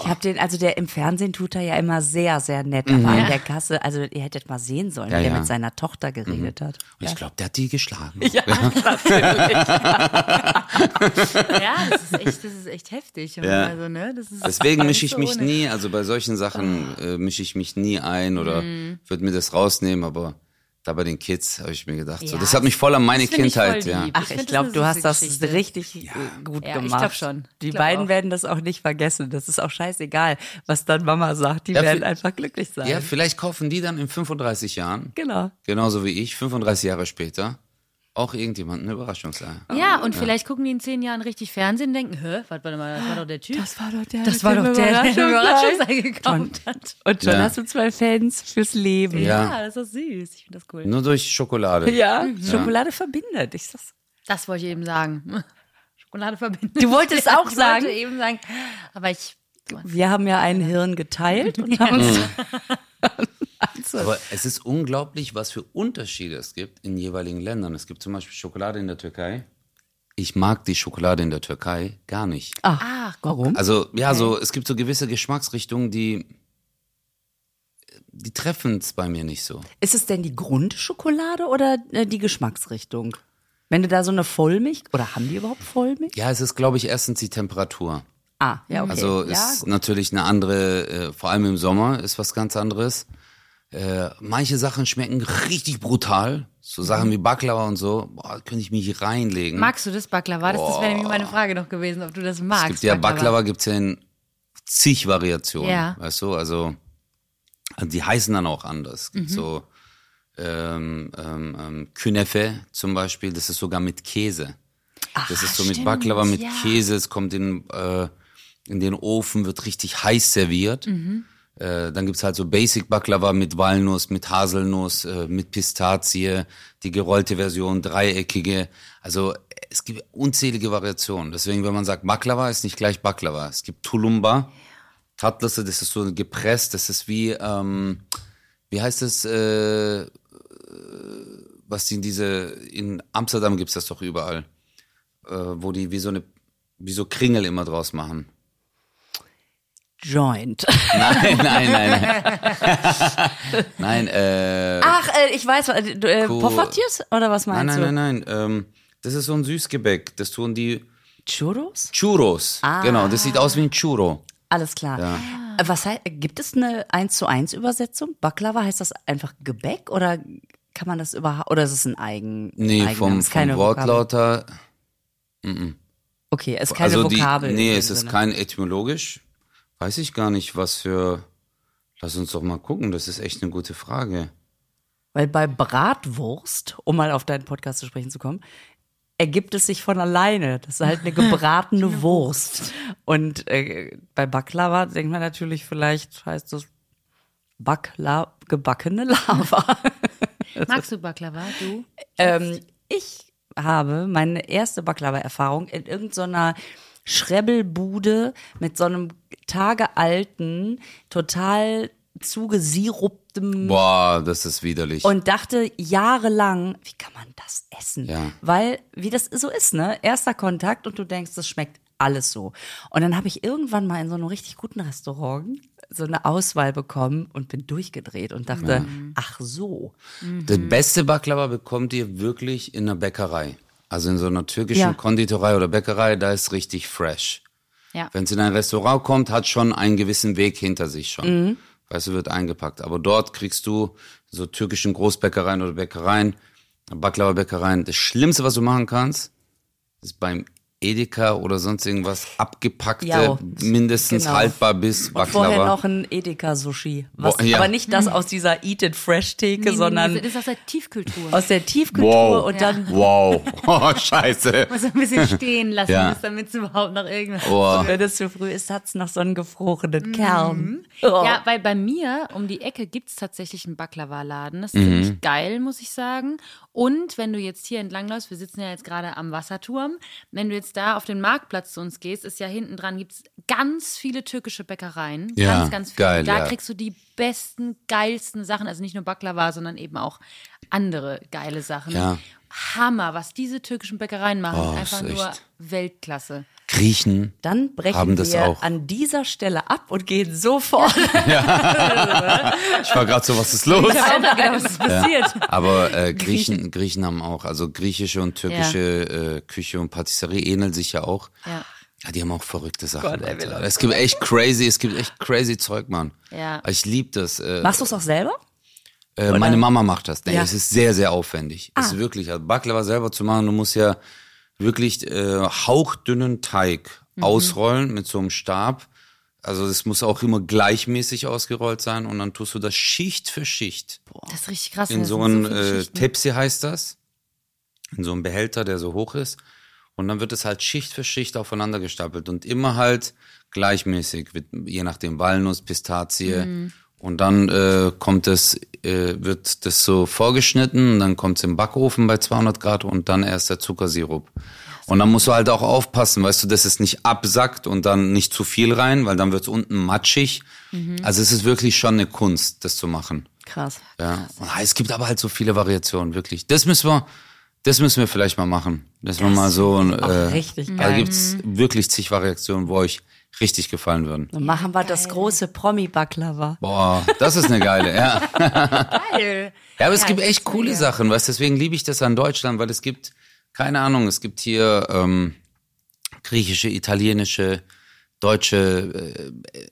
Ich habe den, also der im Fernsehen tut er ja immer sehr, sehr nett, aber an der Kasse, also ihr hättet mal sehen sollen, Mhm. Ja, wie er ja. Mhm. mit seiner Tochter geredet hat. Und ich glaube, der hat die geschlagen. Ja, das ist echt, das ist echt heftig. Und Ja. Also, ne, das ist Deswegen mische ich so mich ohne. nie, also bei solchen Sachen äh, mische ich mich nie ein oder Mhm. würde mir das rausnehmen, aber da bei den Kids habe ich mir gedacht, so, Ja, das hat mich voll an meine das finde ich voll Kindheit, ja. lieb. Ach, Ich ich, find, das glaube, ist du eine hast das Geschichte. richtig äh, gut Ja, ich gemacht. glaub schon. Die Ich glaub beiden auch. werden das auch nicht vergessen. Das ist auch scheißegal, was dann Mama sagt. Die Ja, werden vi- einfach glücklich sein. Ja, vielleicht kaufen die dann in 35 Jahren, genau. genauso wie ich, 35 Jahre später, auch irgendjemand eine Überraschungsei. Ja, und vielleicht gucken die in zehn Jahren richtig Fernsehen und denken, hä, warte mal, das war doch der Typ. Das war doch der, Das war doch der, der Überraschungsei gekauft Und, hat. und schon Ja. hast du zwei Fans fürs Leben. Ja. Ja, das ist doch süß. Ich finde das cool. Nur durch Schokolade. Ja, Mhm. Schokolade verbindet. Ich sag's. Das wollte ich eben sagen. Schokolade verbinden. Du wolltest auch ich sagen. wollte eben sagen. Aber ich. Wir haben ja ein Hirn geteilt und haben uns Mhm. Aber es ist unglaublich, was für Unterschiede es gibt in jeweiligen Ländern. Es gibt zum Beispiel Schokolade in der Türkei. Ich mag die Schokolade in der Türkei gar nicht. Ah, Ach, warum? Also, ja, so, es gibt so gewisse Geschmacksrichtungen, die, die treffen es bei mir nicht so. Ist es denn die Grundschokolade oder äh, die Geschmacksrichtung? Wenn du da so eine Vollmilch, oder haben die überhaupt Vollmilch? Ja, es ist, glaube ich, erstens die Temperatur. Ah, ja, okay. Also ja, ist gut. natürlich eine andere, äh, vor allem im Sommer ist was ganz anderes. Äh, manche Sachen schmecken richtig brutal. So Sachen Mhm. wie Baklava und so, boah, könnte ich mich reinlegen. Magst du das Baklava? Das, das wäre nämlich meine Frage noch gewesen, ob du das magst. es gibt ja Baklava, gibt's ja in zig Variationen, Ja. weißt du, also die heißen dann auch anders. Es Mhm. gibt so ähm, ähm, ähm, Künefe zum Beispiel, das ist sogar mit Käse. das ist so mit stimmt, Baklava, mit ja. Käse, es kommt in, äh, in den Ofen, wird richtig heiß serviert. Mhm. Äh, dann gibt's halt so Basic Baklava mit Walnuss, mit Haselnuss, äh, mit Pistazie, die gerollte Version, dreieckige. Also äh, es gibt unzählige Variationen. Deswegen, wenn man sagt, Baklava ist nicht gleich Baklava. Es gibt Tulumba, Tatlese, das ist so gepresst, das ist wie, ähm, wie heißt es, äh, was die in diese, in Amsterdam gibt's das doch überall, äh, wo die wie so eine, wie so Kringel immer draus machen. Joint. Nein, nein, nein. nein, nein, äh, Ach, äh, ich weiß, äh, du, äh, Cool. Poffertjes? Oder was nein, meinst nein, nein, nein. Ähm, das ist so ein Süßgebäck. Das tun die du? Churros? Churros. Ah. Genau, das sieht aus wie ein Churro. Alles klar. Äh, Was heißt, gibt es eine 1 zu 1 Übersetzung? Baklava heißt das einfach Gebäck oder kann man das überhaupt, oder ist es ein eigen? Nee, eigener- vom, ist vom keine Vokabel. Wortlaut her. Okay, ist keine also die, Vokabel. in Nee, dem es ist Sinne. kein etymologisch. Weiß ich gar nicht, was für. Lass uns doch mal gucken, das ist echt eine gute Frage. Weil bei Bratwurst, um mal auf deinen Podcast zu sprechen zu kommen, ergibt es sich von alleine. Das ist halt eine gebratene Wurst. Und äh, bei Baklava denkt man natürlich, vielleicht heißt es Bakla gebackene Lava. Magst du Baklava, du? Ähm, ich habe meine erste Baklava-Erfahrung in irgendeiner Schrebbelbude mit so einem tagealten, total zugesiruptem Boah, das ist widerlich. Hm. und dachte jahrelang, wie kann man das essen? Ja. Weil, wie das so ist, ne? Erster Kontakt und du denkst, das schmeckt alles so. Und dann habe ich irgendwann mal in so einem richtig guten Restaurant so eine Auswahl bekommen und bin durchgedreht und dachte, ach so. Das Mhm. beste Baklava bekommt ihr wirklich in einer Bäckerei. Also in so einer türkischen Ja. Konditorei oder Bäckerei, da ist richtig fresh. Ja. Wenn es in ein Restaurant kommt, hat schon einen gewissen Weg hinter sich schon. Mhm. Weißt du, wird eingepackt. Aber dort kriegst du so türkischen Großbäckereien oder Bäckereien, Baklava-Bäckereien. Das Schlimmste, was du machen kannst, ist beim Edeka oder sonst irgendwas abgepackte, Ja, oh, mindestens genau. haltbar bis Baklava. Vorher noch ein Edeka-Sushi. Was- Boah, ja. Aber nicht das aus dieser Eat It Fresh-Theke, Nee, sondern nee, Das ist aus der Tiefkultur. aus der Tiefkultur wow. und dann wow. Oh, scheiße. Muss ein bisschen stehen lassen, Ja. bis damit es überhaupt noch irgendwas. Boah. wenn es zu früh ist, hat's noch so einen gefrorenen Kern. Mhm. Oh. Oh. Ja, weil bei mir um die Ecke gibt's tatsächlich einen Baklava-Laden. Mhm. Das ist ziemlich geil, muss ich sagen. Und wenn du jetzt hier entlang läufst, wir sitzen ja jetzt gerade am Wasserturm, wenn du jetzt da auf den Marktplatz zu uns gehst, ist ja hinten dran, gibt's ganz viele türkische Bäckereien. Ja, ganz, ganz viele. geil, da ja. kriegst du die besten, geilsten Sachen. Also nicht nur Baklava, sondern eben auch andere geile Sachen. Ja. Hammer, was diese türkischen Bäckereien machen. Oh, Einfach ist echt- nur Weltklasse. Griechen. Dann brechen Haben das wir auch. an dieser Stelle ab und gehen sofort. Ich war gerade so, was ist los? Ich hab auch mal gedacht, was ist passiert? Aber äh, Griechen, Griechen haben auch, also griechische und türkische äh, Küche und Patisserie ähneln sich ja auch. Ja. Ja, die haben auch verrückte Sachen. Gott, ey, wir Alter. Es gibt echt crazy, es gibt echt crazy Zeug, Mann. Ja. Aber Ich liebe das. Äh, Machst du es auch selber? äh, meine Mama macht das. Nee, Ja. Es ist sehr, sehr aufwendig. Ah. Es ist wirklich, also Baklava selber zu machen, du musst ja wirklich äh, hauchdünnen Teig Mhm. ausrollen mit so einem Stab. Also es muss auch immer gleichmäßig ausgerollt sein und dann tust du das Schicht für Schicht. Das ist richtig krass. ne? in das so einem sind viele äh, Schichten. Tepsi heißt das, in so einem Behälter, der so hoch ist. Und dann wird es halt Schicht für Schicht aufeinander gestapelt und immer halt gleichmäßig, mit, je nachdem Walnuss, Pistazie. Und dann äh, kommt es, äh, wird das so vorgeschnitten, und dann kommt es im Backofen bei 200 Grad und dann erst der Zuckersirup. Und dann musst du halt auch aufpassen, weißt du, dass es nicht absackt und dann nicht zu viel rein, weil dann wird es unten matschig. Also es ist wirklich schon eine Kunst, das zu machen. Krass. Ja. Ah, Es gibt aber halt so viele Variationen, wirklich. Das müssen wir, das müssen wir vielleicht mal machen. Dass wir mal so ein. Äh, richtig Da geil. Mhm. gibt's wirklich zig Variationen, wo euch richtig gefallen würden. Dann machen wir das große Promi-Baklava. Boah, das ist eine geile, ja. Geil. Ja, aber es Ja, gibt das echt coole Sachen, weißt du, deswegen liebe ich das an Deutschland, weil es gibt, keine Ahnung, es gibt hier ähm, griechische, italienische, deutsche, äh,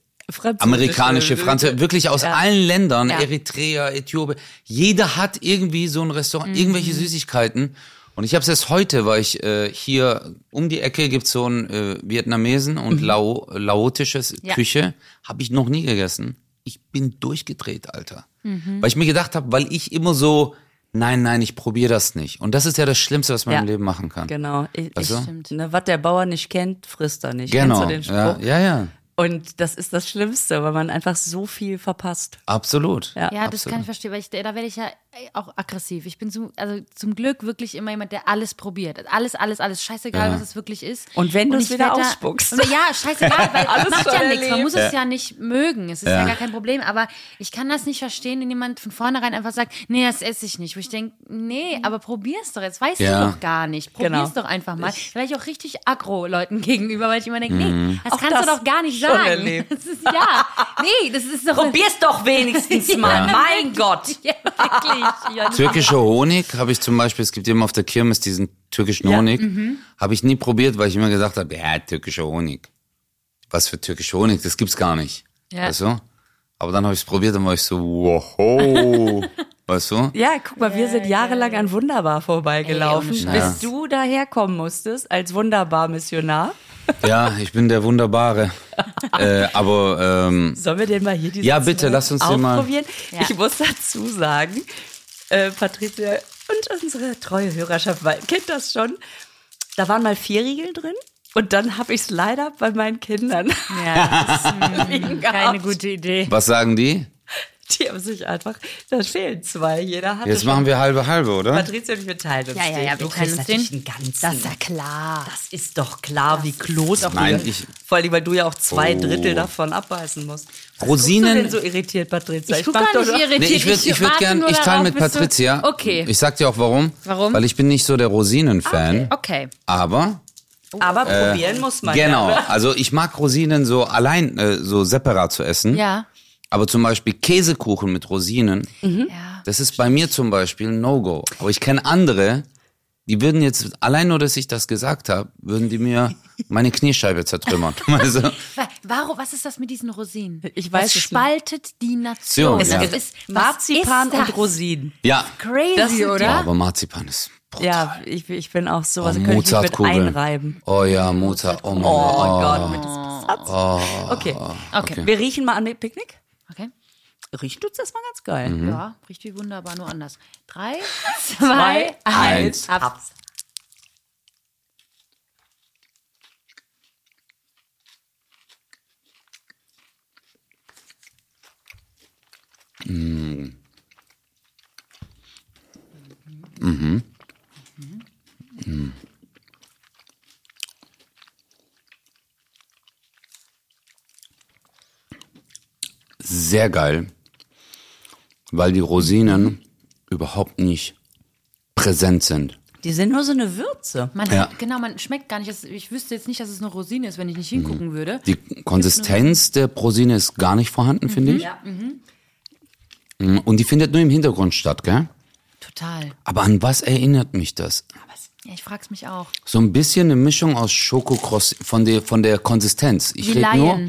amerikanische, Französische, wirklich aus allen Ländern, Eritrea, Äthiopien, jeder hat irgendwie so ein Restaurant, Mhm. irgendwelche Süßigkeiten. Und ich habe es erst heute, weil ich äh, hier um die Ecke gibt's so einen äh, Vietnamesen Mhm. und Lao, laotisches Ja. Küche, habe ich noch Mhm. nie gegessen. Ich bin durchgedreht, Alter. Weil ich mir gedacht habe, weil ich immer so nein, nein, ich probiere das nicht. Und das ist ja das Schlimmste, was man Ja. im Leben machen kann. Genau. Ich, Weißt ich, du? Stimmt. ne, was der Bauer nicht kennt, frisst er nicht. Genau. Kennst du den Spruch? ja, ja, ja, Und das ist das Schlimmste, weil man einfach so viel verpasst. absolut. Ja. Ja, das kann ich verstehen, weil ich, da werde ich ja auch aggressiv. Ich bin zum, also zum Glück wirklich immer jemand, der alles probiert. Alles, alles, alles. Scheißegal, was es wirklich ist. Und wenn du's ich wieder werde da- ausspuckst. Und, ja, scheißegal, weil Alles alles macht schon ja nichts. Man erlebt. muss es ja nicht mögen. Es ist ja. gar kein Problem. Aber ich kann das nicht verstehen, wenn jemand von vornherein einfach sagt, nee, das esse ich nicht. Wo ich denke, nee, aber probier's doch. Jetzt weißt Ja. du doch gar nicht. Probier's Mhm. Genau. doch einfach mal. Da werde ich auch richtig aggro Leuten gegenüber, weil ich immer denke, nee, das Mhm. Auch kannst du das doch gar nicht schon sagen. erlebt. Das ist, ja, nee, das ist doch... Probier's doch wenigstens mal. Ja. Mein Gott. Ja, wirklich. Ja, Türkischer Honig habe ich zum Beispiel, es gibt immer auf der Kirmes diesen türkischen Ja, Honig, habe ich nie probiert, weil ich immer gesagt habe, ja, türkischer Honig. Was für türkischer Honig, das gibt's gar nicht. Ja. Weißt du? Aber dann habe ich es probiert und war ich so, wow, weißt du? Ja, guck mal, wir sind jahrelang an Wunderbar vorbeigelaufen, Ey, ohne bis Scheiß. du daherkommen musstest als Wunderbar-Missionar. Ja, ich bin der Wunderbare. äh, aber ähm, Sollen wir den mal hier dieses Ja, bitte, lass uns den mal- aufprobieren? Ja. Ich muss dazu sagen, äh, Patricia und unsere treue Hörerschaft weil- kennt das schon. Da waren mal vier Riegel drin und dann habe ich es leider bei meinen Kindern. Ja, das ist mm, liegen keine gehabt. gute Idee. was sagen die? Die haben sich einfach, da fehlen zwei. Jeder hatte Jetzt machen wir halbe halbe, oder? Patricia und ich, wir teilen uns Ja, ja, den. ja, Du wir teilen kriegst uns den. natürlich einen ganzen. Das ist ja klar. Das ist doch klar wie Klos. Nein, ich- Vor allem, weil du ja auch zwei Oh. Drittel davon abbeißen musst. Was Rosinen- guckst du denn so irritiert, Patricia? Ich guck mach gar doch nicht nur- irritiert. ich würde ich würd warte gern, nur ich teile darauf, mit bis du- Patricia. Okay. Ich sag dir auch warum. Warum? Weil ich bin nicht so der Rosinen-Fan. okay. Aber Aber probieren muss man Genau, ja. also ich mag Rosinen so allein, äh, so separat zu essen. Ja. Aber zum Beispiel Käsekuchen mit Rosinen, Mhm. Ja. das ist bei mir zum Beispiel ein No-Go. Aber ich kenne andere, die würden jetzt, allein nur, dass ich das gesagt habe, würden die mir meine Kniescheibe zertrümmern. Also, Weißt du? Wa- Warum, was ist das mit diesen Rosinen? Ich weiß es das nicht. spaltet die Nation. Es Ja. Es ist Marzipan was ist und das? Rosinen. ja. Crazy, Das sind ja, oder? aber Marzipan ist brutal. Ja, ich, ich bin auch so, Oh, also könnte ich mich mit Mozartkugeln. einreiben. Oh ja, Mozart. Oh mein Oh, Gott. Gott, mit das Satz. okay. Okay. wir riechen mal an dem Picknick. Okay. Mhm. Riechen tut's erstmal ganz geil. Mhm. Ja, riecht wie wunderbar, nur anders. Drei, zwei, eins, eins, ab. Sehr geil, weil die Rosinen überhaupt nicht präsent sind. Die sind nur so eine Würze. Man, Ja. Genau, man schmeckt gar nicht. dass- Ich wüsste jetzt nicht, dass es eine Rosine ist, wenn ich nicht hingucken würde. Die Konsistenz der Prosine ist gar nicht vorhanden, Mhm. finde ich. Mm, Und die findet nur im Hintergrund statt, gell? Total. Aber an was erinnert mich das? Ja, ich frag's mich auch. So ein bisschen eine Mischung aus Schokokross von der, von der Konsistenz. Ich Wie rede nur.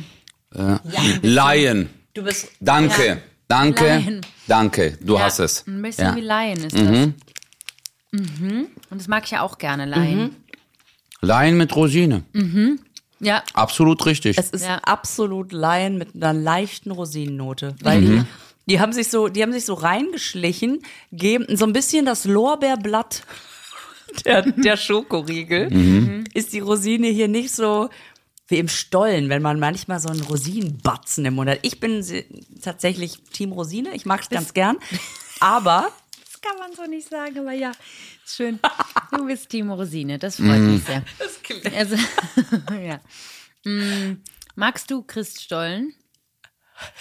Lion. Äh, Lion. Du bist Danke. Ja. Danke. Lion. Danke. Du Ja, hast es. Ein bisschen Ja. wie Laien ist das. Mhm. Und das mag ich ja auch gerne, Laien. Mhm. Lion mit Rosine. Mhm. Ja, Absolut richtig. Es ist Ja. absolut Laien mit einer leichten Rosinennote, Mhm. weil die, die haben sich so, die haben sich so reingeschlichen, geben so ein bisschen das Lorbeerblatt der, der Schokoriegel. Mhm. Ist die Rosine hier nicht so wie im Stollen, wenn man manchmal so einen Rosinenbatzen im Mund hat. Ich bin se- tatsächlich Team Rosine, ich mag es ganz gern, aber das kann man so nicht sagen, aber ja, ist schön. Du bist Team Rosine, das freut mich sehr. Also, ja. Mm, Magst du Christstollen?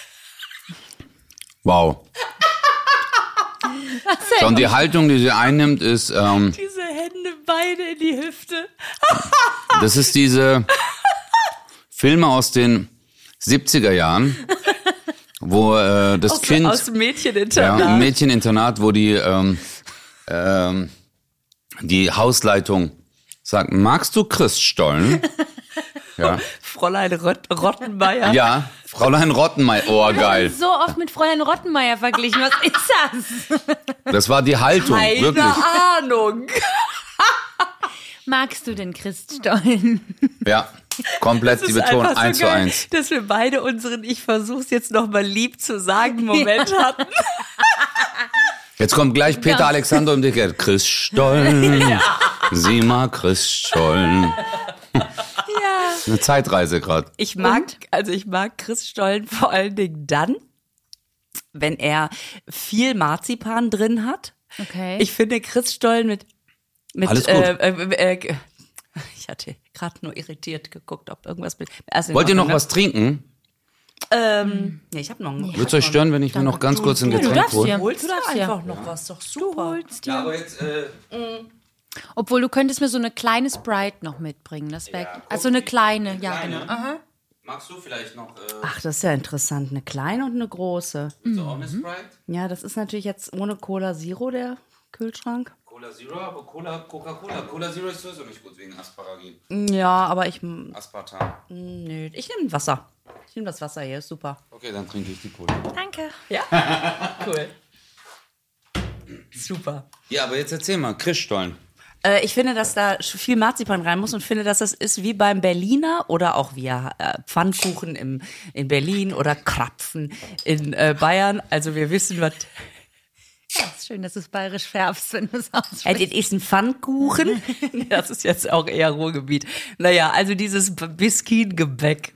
Wow. Schon die Haltung, die sie einnimmt, ist, ähm, diese Hände beide in die Hüfte. das ist diese Filme aus den 70er Jahren, wo äh, das Aus, Kind, aus dem ja, Mädcheninternat. ein Mädcheninternat, wo die, ähm, ähm, die Hausleitung sagt, magst du Christstollen? ja. Fräulein Rott Rottenmeier. ja, Fräulein Rottenmeier, oh geil. So oft mit Fräulein Rottenmeier verglichen. Was ist das? Das war die Haltung, Keine wirklich. Ahnung. Magst du den Christstollen? Ja, komplett die ist Betonung, einfach so eins zu geil, eins. Dass wir beide unseren Ich versuch's jetzt nochmal lieb zu sagen Moment hatten. Jetzt kommt gleich Peter Alexander um im Dicker. Christstollen. Sieh mal, Christstollen. Ja. Eine Zeitreise gerade. Ich mag, also ich mag Chris Stollen vor allen Dingen dann, wenn er viel Marzipan drin hat. Okay. Ich finde Chris Stollen mit, mit Alles gut. äh, äh, äh, ich hatte gerade nur irritiert geguckt, ob irgendwas mit. Also in Wollt ihr noch Ordnung, was trinken? ne? Ähm, ja, ich habe noch einen. Würde es euch stören, wenn ich mir noch ganz kurz ein du Getränk darfst hole? ja. Holst Du du darfst ja. einfach noch was, doch super. Ja, aber jetzt, äh, Obwohl, du könntest mir so eine kleine Sprite noch mitbringen. Das wäre. Ja, also eine kleine, ja, genau. Aha. Ah, magst du vielleicht noch äh, Ach, das ist ja interessant. Eine kleine und eine große. mhm. so Honest Sprite? Ja, das ist natürlich jetzt ohne Cola Zero der Kühlschrank. Cola Zero, aber Cola, Coca-Cola. Cola Zero ist sowieso nicht gut wegen Asparagin. Ja, aber ich. Nö, Aspartam. ich nehme Wasser. Ich nehme das Wasser hier, ist super. Okay, dann trinke ich die Cola. Oh, Danke. Cool. Super. Ja, aber jetzt erzähl mal, Christstollen. Äh, ich finde, dass da sch- viel Marzipan rein muss und finde, dass das ist wie beim Berliner oder auch wie äh, Pfannkuchen im, in Berlin oder Krapfen in äh, Bayern. Also wir wissen, was. ist schön, dass du es bayerisch färbst, wenn du es Äh, aussprichst. das ist ein Pfannkuchen. Das ist jetzt auch eher Ruhrgebiet. Naja, also dieses B- Biskingebäck.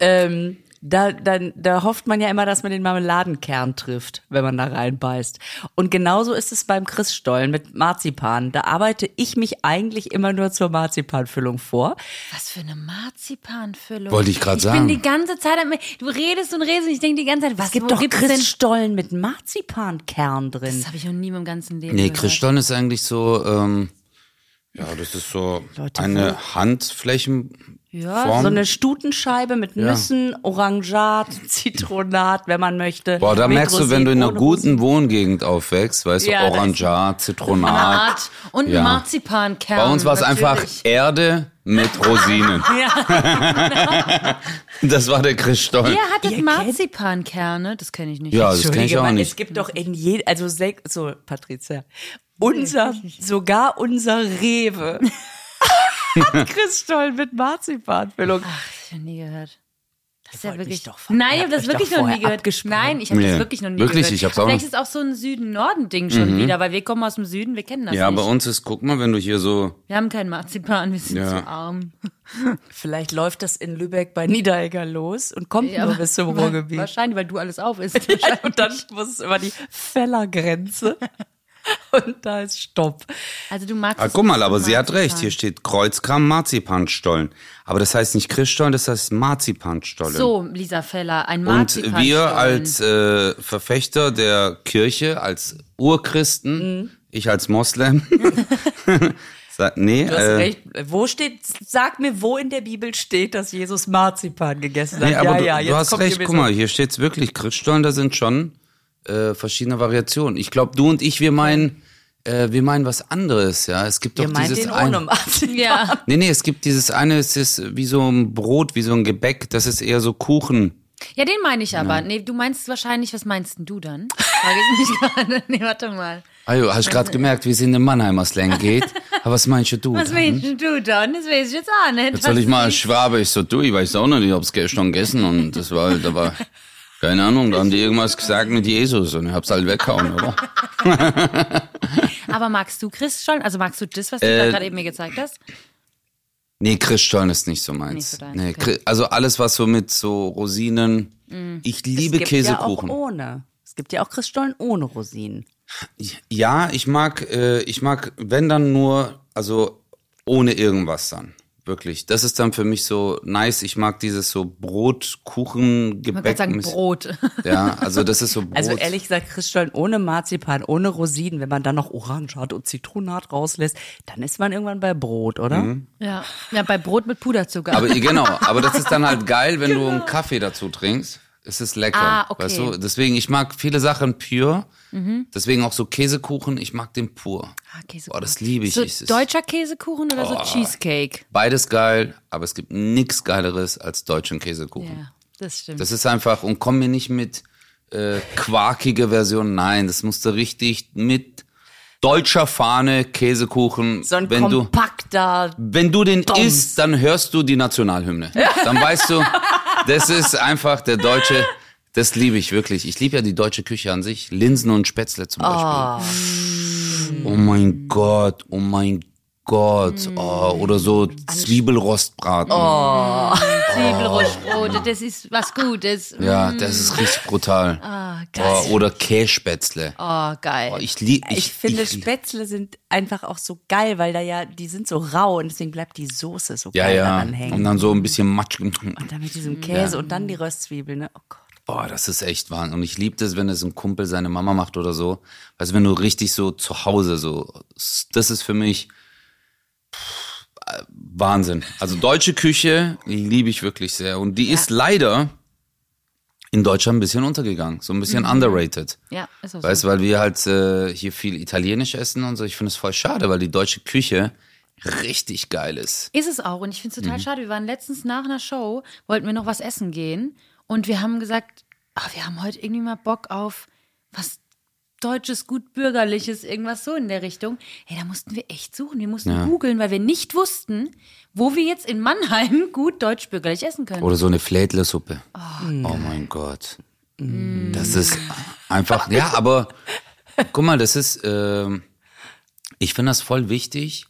Ähm, da, dann, da hofft man ja immer, dass man den Marmeladenkern trifft, wenn man da reinbeißt. Und genauso ist es beim Christstollen mit Marzipan. Da arbeite ich mich eigentlich immer nur zur Marzipanfüllung vor. Was für eine Marzipanfüllung. Wollte ich gerade sagen. Ich bin die ganze Zeit am. Du redest und redest und ich denke die ganze Zeit, was Es gibt wo doch gibt's denn? Christstollen mit Marzipankern drin. Das habe ich noch nie in meinem ganzen Leben. Nee, gehört. Christstollen ist eigentlich so, ähm, ja, das ist so Leute, eine Handflächenform. Ja, So eine Stutenscheibe mit Nüssen, Orangat, Zitronat, wenn man möchte. Boah, da Mit merkst du, wenn Rosinen, du in einer ohne guten Wohngegend aufwächst, weißt du, Ja, da ist- Orangeat, Zitronat. Art und Ja. Marzipankern. Bei uns war es einfach natürlich. Erde mit Rosinen. genau. das war der Christstollen. Ihr hattet Ihr kennt- Marzipankerne, das kenne ich nicht. Ja, also- das kenne ich Entschuldige auch mal, nicht. es gibt doch in jedem, also sek- so, Patricia, unser, sogar unser Rewe hat Christstollen mit Marzipanfüllung. Ich habe nie gehört. Das ist Ihr ja wollt mich wirklich. doch ver- Nein, ich ihr habt habe das euch wirklich doch noch nie vorher gehört. abgesprochen. Nein, ich habe Nee. das wirklich noch nie Wirklich, gehört. ich hab's auch Vielleicht noch- Mhm. ist es auch so ein Süden-Norden-Ding schon wieder, weil wir kommen aus dem Süden, wir kennen das Ja, nicht. bei uns ist, guck mal, wenn du hier so, wir haben keinen Marzipan, wir sind Ja. zu arm. Vielleicht läuft das in Lübeck bei Niederegger los und kommt nur bis zum wa- Ruhrgebiet. Wahrscheinlich, weil du alles auf isst. Und dann muss es über die Fellergrenze. Und da ist Stopp. Also du magst. ah, es guck nicht mal, so aber sie hat recht, Marzipan. hier steht Kreuzkram Marzipanstollen. Aber das heißt nicht Christstollen, das heißt Marzipanstollen. So, Lisa Feller, ein Und Marzipan. wir als äh, Verfechter der Kirche, als Urchristen, Mhm. ich als Moslem, sag, nee, Du hast äh, recht. Wo steht, sag mir, wo in der Bibel steht, dass Jesus Marzipan gegessen hat? nee, aber ja, du, ja, du jetzt hast kommt recht, ihr mir guck so- mal, hier steht's wirklich, Christstollen, da sind schon äh, verschiedene Variationen. Ich glaube, du und ich, wir meinen, äh, wir meinen was anderes, ja. Es gibt Ihr doch meint dieses den ein- ohne Marzipan. Ja. Nee, nee, es gibt dieses eine, es ist wie so ein Brot, wie so ein Gebäck, das ist eher so Kuchen. ja, den meine ich aber. Nee, du meinst wahrscheinlich, was meinst denn du dann? Frage ich mich gerade. Nee, warte mal. Also, hast gerade gemerkt, wie es in den Mannheimer Slang geht. Aber was meinst du? Was dann? meinst denn du dann? Das weiß ich jetzt auch nicht. hm. Jetzt soll Was ich mal als ist- Schwabe, ich so, du, ich weiß auch noch nicht, hab's gestern gegessen und das war halt, aber, keine Ahnung, da haben die irgendwas gesagt mit Jesus und ich hab's halt weggehauen, oder? Aber magst du Christstollen? Also magst du das, was du Äh, da gerade eben mir gezeigt hast? Nee, Christstollen ist nicht so Nicht meins. so deins, nee, okay. Mm. Chri- Also alles, was so mit so Rosinen, ich liebe es gibt Käsekuchen. Ja auch ohne. Es gibt ja auch Christstollen ohne Rosinen. Ja, ich mag, äh, ich mag, wenn dann nur, also ohne irgendwas dann. Wirklich. Das ist dann für mich so nice. Ich mag dieses so Brot, Kuchen, Man Gebäck. kann sagen Brot. Ja, also das ist so Brot. Also ehrlich gesagt, Christstollen ohne Marzipan, ohne Rosinen, wenn man dann noch Orangenat und Zitronat rauslässt, dann ist man irgendwann bei Brot, oder? Mhm. Ja. ja, bei Brot mit Puderzucker. Aber genau, aber das ist dann halt geil, wenn du einen Kaffee dazu trinkst. Es ist lecker. Genau. Ah, okay. Mhm. Weißt du? Deswegen, ich mag viele Sachen pur. Deswegen auch so Käsekuchen, ich mag den pur. Ah, Käsekuchen. Boah, das liebe ich. So Ich- es- Oh. deutscher Käsekuchen oder so Cheesecake? Beides geil, aber es gibt nichts Geileres als deutschen Käsekuchen. Ja, das stimmt. Das ist einfach, und komm mir nicht mit äh, quarkige Version. Nein, das musst du richtig mit deutscher Fahne Käsekuchen. So ein wenn du, kompakter. wenn du den Toms. isst, dann hörst du die Nationalhymne. Dann weißt du, das ist einfach der deutsche, Das liebe ich wirklich. Ich liebe ja die deutsche Küche an sich. Linsen und Spätzle zum Ah. Beispiel. Oh, mein Gott, oh mein Gott. Mm. Oh, oder so Zwiebelrostbraten. Oh. Zwiebelrostbrote, das ist was Gutes. oh. Ja, das ist richtig brutal. Ah, geil. oder Kässpätzle. Oh, geil. Oh, ich liebe Ich, finde, Spätzle sind einfach auch so geil, weil da ja, die sind so rau und deswegen bleibt die Soße so Ja, geil ja. daran hängen. Und dann so ein bisschen Matsch. Und dann mit diesem Käse und dann die Röstzwiebeln. Ne? Oh Gott. Boah, das ist echt Wahnsinn. Und ich liebe das, wenn es ein Kumpel seine Mama macht oder so. Also wenn du richtig so zu Hause so, das ist für mich pff, äh, Wahnsinn. Also deutsche Küche liebe ich wirklich sehr. Und die ist leider in Deutschland ein bisschen untergegangen, so ein bisschen underrated. Mhm. Ja, ist auch so. Weißt du, weil wir halt äh, hier viel Italienisch essen und so. Ich finde es voll schade, weil die deutsche Küche richtig geil ist. Ist es auch. Und ich finde es Mhm. total schade. Wir waren letztens nach einer Show, wollten wir noch was essen gehen. Und wir haben gesagt, ah, wir haben heute irgendwie mal Bock auf was Deutsches, gut Bürgerliches, irgendwas so in der Richtung. Hey, da mussten wir echt suchen. Wir mussten googeln, weil wir nicht wussten, wo wir jetzt in Mannheim gut deutsch-bürgerlich essen können. Oder so eine Flädlersuppe. Oh, mein Gott. Das ist einfach, ja, aber guck mal, das ist, ähm, ich finde das voll wichtig.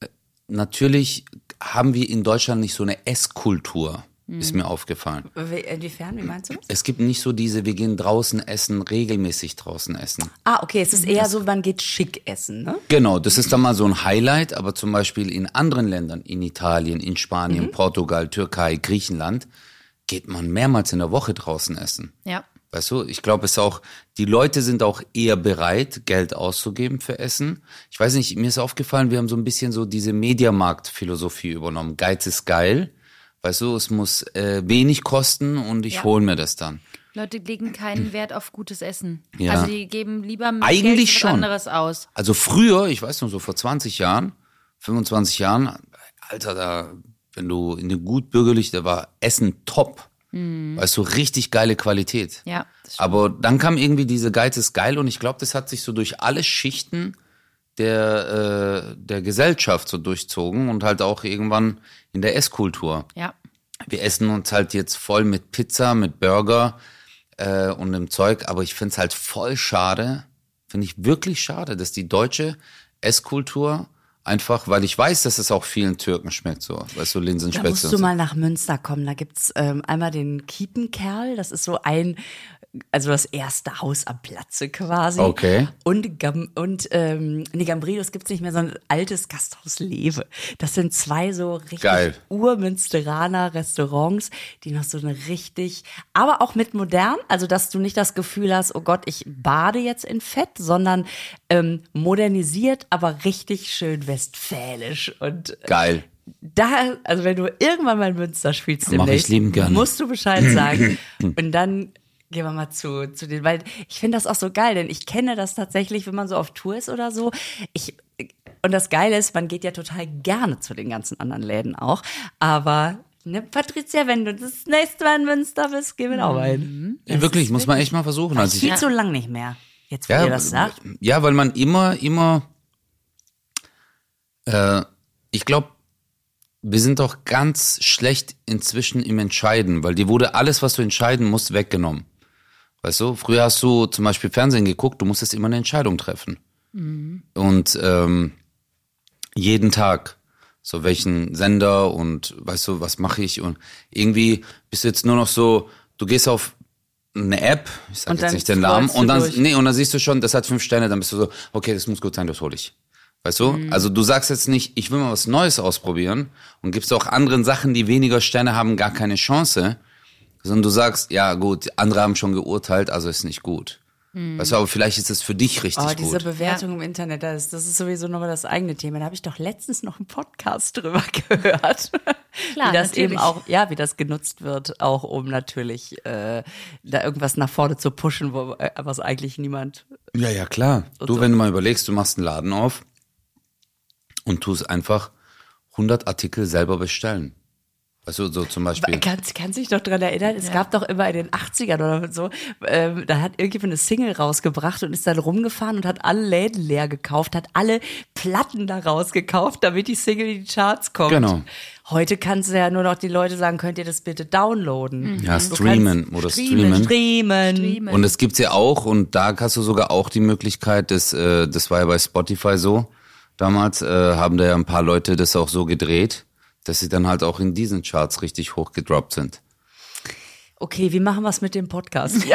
Äh, Natürlich haben wir in Deutschland nicht so eine Esskultur, ist mir aufgefallen. Wie- Inwiefern? Wie meinst du das? Es gibt nicht so diese, wir gehen draußen essen, regelmäßig draußen essen. Ah, okay, es ist eher so, man geht schick essen, ne? Genau, das ist dann mal so ein Highlight, aber zum Beispiel in anderen Ländern, in Italien, in Spanien, Portugal, Türkei, Griechenland, geht man mehrmals in der Woche draußen essen. Ja. Weißt du, ich glaube, es ist auch, die Leute sind auch eher bereit, Geld auszugeben für Essen. Ich weiß nicht, mir ist aufgefallen, wir haben so ein bisschen so diese Mediamarkt-Philosophie übernommen. Geiz ist geil. Weißt du, es muss äh, wenig kosten und ich Ja. hole mir das dann. Leute legen keinen Wert auf gutes Essen. Ja. Also die geben lieber mehr Eigentlich Geld für schon. was anderes aus. Also früher, ich weiß noch so vor 20 Jahren, 25 Jahren, Alter, da, wenn du in den gut bürgerlich, da war Essen top. Weißt du, richtig geile Qualität. Ja, das stimmt. Aber dann kam irgendwie diese Geiz ist geil und ich glaube, das hat sich so durch alle Schichten der, äh, der Gesellschaft so durchzogen und halt auch irgendwann in der Esskultur. Ja. Wir essen uns halt jetzt voll mit Pizza, mit Burger äh, und dem Zeug, aber ich finde es halt voll schade, finde ich wirklich schade, dass die deutsche Esskultur einfach, weil ich weiß, dass es auch vielen Türken schmeckt, so, weißt du, Da Linsenspätzle. musst und du so. mal nach Münster kommen. Da gibt's ähm, einmal den Kietenkerl. Das ist so ein, also das erste Haus am Platze quasi. Okay. Und, Gam und ähm, nee, Gambrinus gibt's nicht mehr, sondern ein altes Gasthaus Lewe. Das sind zwei so richtig Geil. Urmünsteraner Restaurants, die noch so eine richtig, aber auch mit modern, also dass du nicht das Gefühl hast, oh Gott, ich bade jetzt in Fett, sondern ähm, modernisiert, aber richtig schön westfälisch und äh, Geil. da, also wenn du irgendwann mal in Münster spielst, Mach demnächst, ich lieben gerne. musst du Bescheid sagen. Und dann gehen wir mal zu, zu den, weil ich finde das auch so geil, denn ich kenne das tatsächlich, wenn man so auf Tour ist oder so. Ich, und das Geile ist, man geht ja total gerne zu den ganzen anderen Läden auch. Aber, ne, Patricia, wenn du das nächste Mal in Münster bist, gehen wir auch mal hin. Ja, wirklich, muss man echt mal versuchen. Also ich, Viel zu lang nicht mehr. Jetzt, wo ihr das sagt. Ja, weil man immer, immer, äh, ich glaube, wir sind doch ganz schlecht inzwischen im Entscheiden, weil dir wurde alles, was du entscheiden musst, weggenommen. Weißt du, früher hast du zum Beispiel Fernsehen geguckt, du musstest immer eine Entscheidung treffen. Und ähm, jeden Tag. So welchen Sender und weißt du, was mache ich? Und irgendwie bist du jetzt nur noch so, du gehst auf eine App, ich sag Und jetzt dann nicht den Namen, scrollst du und dann, durch. nee, und dann siehst du schon, das hat fünf Sterne, dann bist du so, okay, das muss gut sein, das hole ich. Weißt du? Mhm. Also du sagst jetzt nicht, ich will mal was Neues ausprobieren und gibst auch anderen Sachen, die weniger Sterne haben, gar keine Chance, sondern du sagst, ja gut, andere haben schon geurteilt, also ist nicht gut. Weißt du, aber vielleicht ist es für dich richtig Mhm. Oh, diese gut. Bewertung im Internet, das ist, das ist sowieso nochmal das eigene Thema. Da habe ich doch letztens noch einen Podcast drüber gehört. Klar, wie das natürlich. eben auch, ja, wie das genutzt wird, auch um natürlich äh, da irgendwas nach vorne zu pushen, wo, äh, was eigentlich niemand. Ja, ja, klar. Du, wenn du mal überlegst, du machst einen Laden auf und tust einfach 100 Artikel selber bestellen. Weißt du, so zum Beispiel. Kannst, kannst dich noch dran erinnern, es gab doch immer in den 80ern oder so, ähm, da hat irgendjemand eine Single rausgebracht und ist dann rumgefahren und hat alle Läden leer gekauft, hat alle Platten daraus gekauft, damit die Single in die Charts kommt. Genau. Heute kannst du ja nur noch die Leute sagen, könnt ihr das bitte downloaden. Ja, streamen oder streamen. Streamen. Streamen. Und es gibt's ja auch, und da hast du sogar auch die Möglichkeit, das, äh, das war ja bei Spotify so, damals äh, haben da ja ein paar Leute das auch so gedreht, dass sie dann halt auch in diesen Charts richtig hochgedroppt sind. Okay, wie machen wir es mit dem Podcast?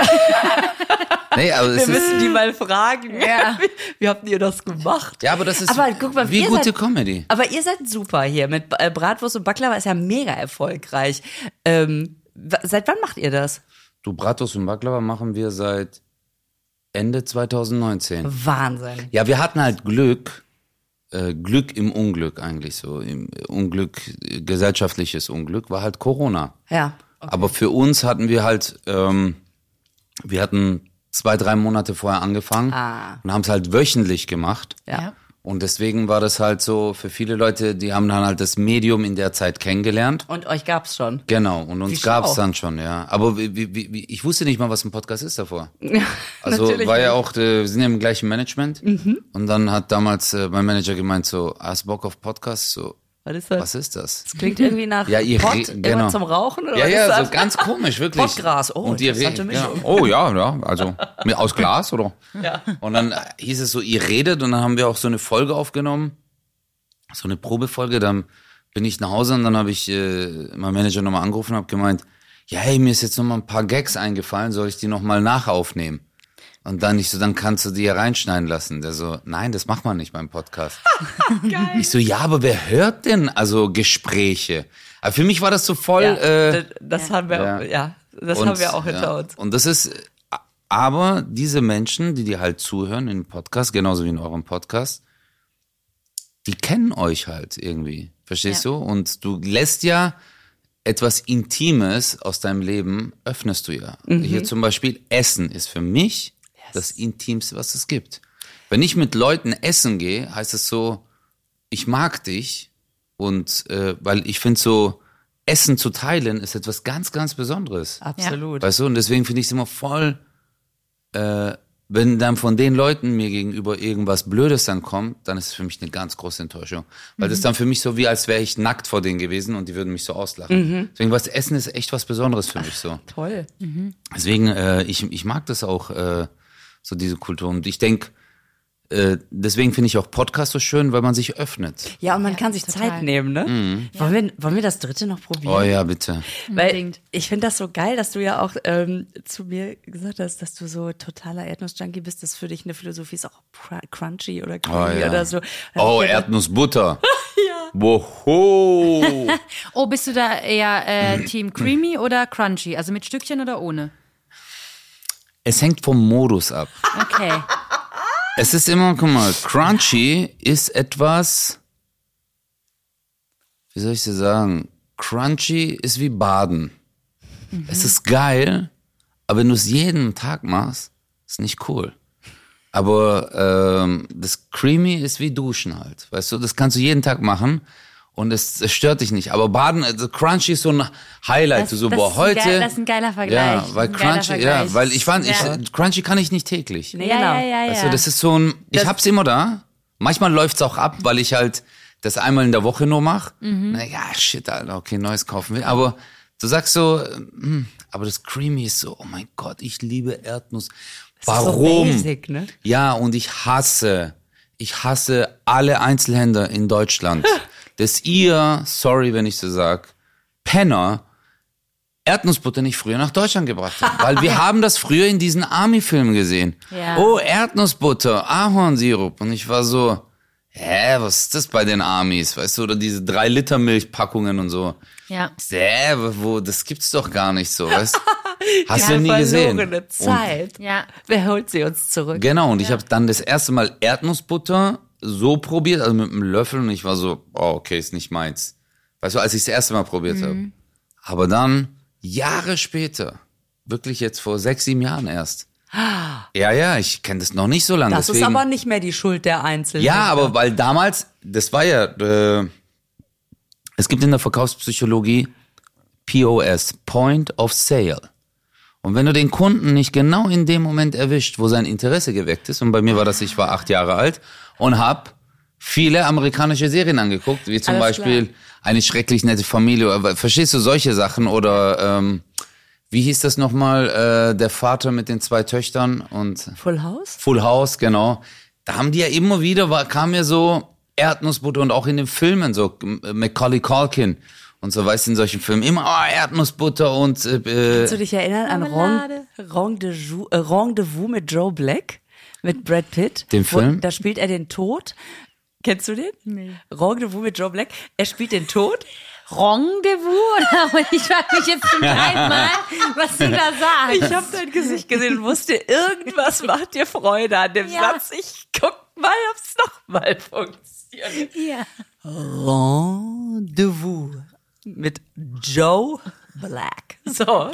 Nee, aber es Wir ist, müssen die mal fragen. Wie, wie habt ihr das gemacht? ja, aber das ist Aber guck mal, wie ihr gute seid- Comedy. Aber ihr seid super hier mit äh, Bratwurst und Baklava ist ja mega erfolgreich. Ähm, wa- seit wann macht ihr das? Du, Bratos und Baklava machen wir seit Ende 2019. Wahnsinn. Ja, wir hatten halt Glück. äh, Glück im Unglück eigentlich so. Im Unglück, äh, gesellschaftliches Unglück, war halt Corona. Ja. Aber für uns hatten wir halt, ähm, wir hatten zwei, drei Monate vorher angefangen und haben es halt wöchentlich gemacht. Ja. Ja. Und deswegen war das halt so für viele Leute, die haben dann halt das Medium in der Zeit kennengelernt. Und euch gab's schon. Genau, und uns schlau. gab's dann schon, ja. Aber wie, wie, wie, wie- ich wusste nicht mal, was ein Podcast ist davor. Also natürlich Mhm. war ja auch, äh, wir sind ja im gleichen Management. Und dann hat damals äh, mein Manager gemeint so, hast Bock auf Podcast? So, Was ist das? was ist das? Das klingt irgendwie nach Ja, ihr Pott, re- genau. immer zum Rauchen oder Ja, was ja, ist das? so ganz komisch, wirklich. Pottgras, oh, und ihr interessante redet, ja. Mischung. Oh ja, ja, also mit- aus Glas oder? Ja. Und dann äh, hieß es so, ihr redet und dann haben wir auch so eine Folge aufgenommen, so eine Probefolge, dann bin ich nach Hause und dann habe ich äh, meinen Manager nochmal angerufen und habe gemeint, ja, hey, mir ist jetzt nochmal ein paar Gags eingefallen, soll ich die nochmal nachaufnehmen? Und dann ich so, dann kannst du die ja reinschneiden lassen. Der so, nein, das macht man nicht beim Podcast. Ich so, ja, aber wer hört denn also Gespräche? Aber für mich war das so voll. Ja, äh, das, das haben wir Ja. auch, ja, das und, haben wir auch hinter ja. uns. Und das ist, aber diese Menschen, die dir halt zuhören im Podcast, genauso wie in eurem Podcast, die kennen euch halt irgendwie. Verstehst Ja. du? Und du lässt ja etwas Intimes aus deinem Leben, öffnest du ja. Mhm. Hier zum Beispiel Essen ist für mich das Intimste, was es gibt. Wenn ich mit Leuten essen gehe, heißt es so, ich mag dich und äh, weil ich finde so, Essen zu teilen ist etwas ganz, ganz Besonderes. Absolut. Weißt du, und deswegen finde ich es immer voll, äh, wenn dann von den Leuten mir gegenüber irgendwas Blödes dann kommt, dann ist es für mich eine ganz große Enttäuschung. Weil das dann für mich so wie, als wäre ich nackt vor denen gewesen und die würden mich so auslachen. Deswegen, was Essen ist echt was Besonderes für mich so. Toll. Deswegen, äh, ich, ich mag das auch, äh, so diese Kultur. Und ich denke, äh, deswegen finde ich auch Podcasts so schön, weil man sich öffnet. Ja, und man Ja, kann sich total. Zeit nehmen, ne? Mhm. Wollen, wir, wollen wir das dritte noch probieren? Oh ja, bitte. Weil Unbedingt. ich finde das so geil, dass du ja auch ähm, zu mir gesagt hast, dass du so totaler Erdnuss-Junkie bist, dass für dich eine Philosophie ist auch cr- crunchy oder Oh, creamy ja. oder so. Also Da oh hab ich gedacht, Erdnussbutter. ja. Woho. Oh, bist du da eher äh, Team Creamy oder Crunchy? Also mit Stückchen oder ohne? es hängt vom Modus ab. Okay. Es ist immer, guck mal, crunchy ist etwas, wie soll ich dir sagen, crunchy ist wie Baden. Mhm. Es ist geil, aber wenn du es jeden Tag machst, ist nicht cool. Aber ähm, das creamy ist wie Duschen halt, weißt du, das kannst du jeden Tag machen und es, es stört dich nicht. Aber Baden, also crunchy ist so ein Highlight, Das- so das boah, ist ein heute. geil- das ist ein geiler Vergleich, das Ja, ist weil ein geiler crunchy, ja, Vergleich. weil ich fand, ich, Ja. crunchy kann ich nicht täglich. Nee, Ja, genau. ja, ja, ja. Also das ist so ein, ich hab's immer da. Manchmal läuft's auch ab, weil ich halt das einmal in der Woche nur mache. Mhm. Naja, shit, Alter, okay, neues kaufen will. Aber du sagst so, hm, aber das Creamy ist so, oh mein Gott, ich liebe Erdnuss. so Warum? basic, ne? Ja, und ich hasse, ich hasse alle Einzelhändler in Deutschland, dass ihr, sorry, wenn ich so sag, Penner, Erdnussbutter nicht früher nach Deutschland gebracht haben. Weil wir haben das früher in diesen Army-Filmen gesehen. Ja. Oh, Erdnussbutter, Ahornsirup. Und ich war so, hä, was ist das bei den Armies? Weißt du, oder diese 3-Liter-Milchpackungen und so. Ja. Hä, wo, das gibt's doch gar nicht so, weißt Hast du Eine nie gesehen. verlorene Und Zeit. Ja. Wer holt sie uns zurück? Genau, und ich habe dann das erste Mal Erdnussbutter so probiert, also mit einem Löffel, und ich war so, oh, okay, ist nicht meins. Weißt du, als ich das erste Mal probiert Mhm. habe. Aber dann, Jahre später, wirklich jetzt vor sechs, sieben Jahren erst. Ja, ja, ich kenne das noch nicht so lange. Ah. das ist Genau, deswegen, aber nicht mehr die Schuld der Einzelnen. ja, aber weil damals, das war ja, äh, es gibt in der Verkaufspsychologie POS, Point of Sale. Und wenn du den Kunden nicht genau in dem Moment erwischt, wo sein Interesse geweckt ist, und bei mir war das, ich war acht Jahre alt und hab viele amerikanische Serien angeguckt, wie zum Alles Beispiel eine schrecklich nette Familie. aber Verstehst du solche Sachen oder ähm, wie hieß das nochmal? Äh, der Vater mit den zwei Töchtern und Full House? Full House, genau. Da haben die ja immer wieder, war, kam mir so Erdnussbutter und auch in den Filmen, so äh, Macaulay Culkin und so, weißt du, in solchen Filmen immer oh, Erdnussbutter und äh, Kannst du dich erinnern an Ron- Marmelade. Rendezvous, äh, Rendezvous mit Joe Black, mit Brad Pitt? Den Wo- Film? Da spielt er den Tod. Kennst du den? Nee. Rendezvous mit Joe Black. Er spielt den Tod. Rendezvous? Oder? Ich frage mich jetzt zum dritten Mal, was du da sagst. Ich habe dein Gesicht gesehen und wusste, irgendwas macht dir Freude an dem Ja. Satz. Ich guck mal, ob's nochmal funktioniert. ja. Rendezvous mit Joe Black. So.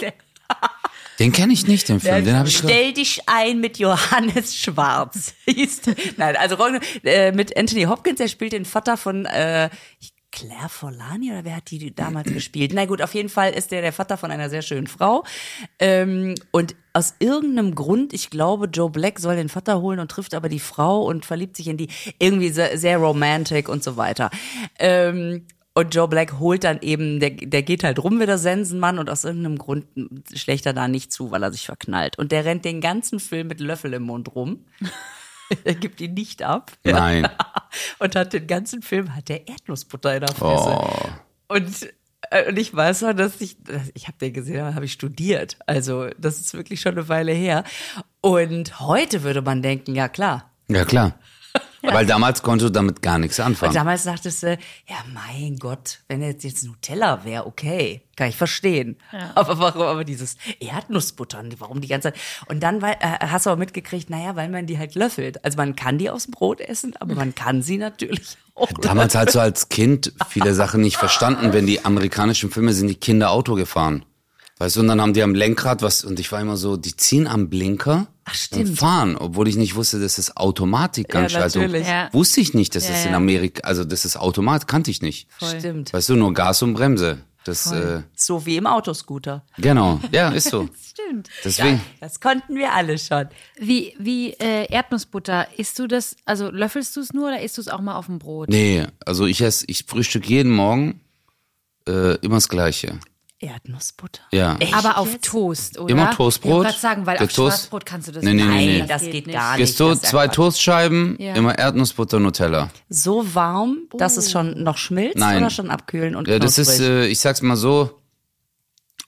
den kenne ich nicht, den Film, den habe ich Ne, Stell dich ein mit Johannes Schwarz. hieß der. Nein, also Ron- äh, mit Anthony Hopkins, der spielt den Vater von äh, ich- Claire Forlani oder wer hat die damals gespielt? Na gut, auf jeden Fall ist der der Vater von einer sehr schönen Frau. Ähm, und aus irgendeinem Grund, ich glaube, Joe Black soll den Vater holen und trifft aber die Frau und verliebt sich in die irgendwie sehr, sehr romantic und so weiter. Ähm, und Joe Black holt dann eben, der, der geht halt rum wie der Sensenmann und aus irgendeinem Grund schlägt er da nicht zu, weil er sich verknallt. Und der rennt den ganzen Film mit Löffel im Mund rum. er gibt ihn nicht ab. Nein. Und hat den ganzen Film, hat der Erdnussbutter in der Fresse. Und, äh, und ich weiß noch, dass ich, dass- ich habe den gesehen, habe ich studiert. Also das ist wirklich schon eine Weile her. Und heute würde man denken, ja klar. Ja, klar. Weil damals konntest du damit gar nichts Und anfangen. damals dachtest du, ja mein Gott, wenn jetzt jetzt Nutella wäre, okay, kann ich verstehen. Aber warum aber dieses Erdnussbutter, und warum die ganze Zeit? Und dann weil, äh, hast du auch mitgekriegt, naja, weil man die halt löffelt. Also man kann die aus dem Brot essen, aber man kann sie natürlich auch. Damals hast du als Kind viele Sachen nicht verstanden, wenn die amerikanischen Filme sind, die Kinder Auto gefahren. Weißt du, und dann haben die am Lenkrad was, und ich war immer so, die ziehen am Blinker und fahren, obwohl ich nicht wusste, dass es Automatikanschaltung. Ja, natürlich. Ja. Also Wusste ich nicht, dass es ja. in Amerika, also das ist Automat, kannte ich nicht. Stimmt. Weißt du, nur Gas und Bremse. Das, äh, So wie im Autoscooter. genau, ja, ist so. Stimmt. Deswegen, Das konnten wir alle schon. Wie, wie äh, Erdnussbutter, isst du das, also löffelst du es nur oder isst du es auch mal auf dem Brot? nee, also ich esse, ich frühstück jeden Morgen äh, immer das Gleiche. Erdnussbutter. Ja. Aber auf Toast, oder? Immer Toastbrot. Ich wollte grad sagen, weil Der auf Toast- Schwarzbrot kannst du das Nee, nee, nee, Nein, nee. Das geht gar nicht. Gehst du das ist zwei einfach- Toastscheiben, Ja. immer Erdnussbutter, Nutella. So warm, dass es schon noch schmilzt Oh. Nein. oder schon abkühlen und Ja, das ist, knusprig? äh, ich sag's mal so,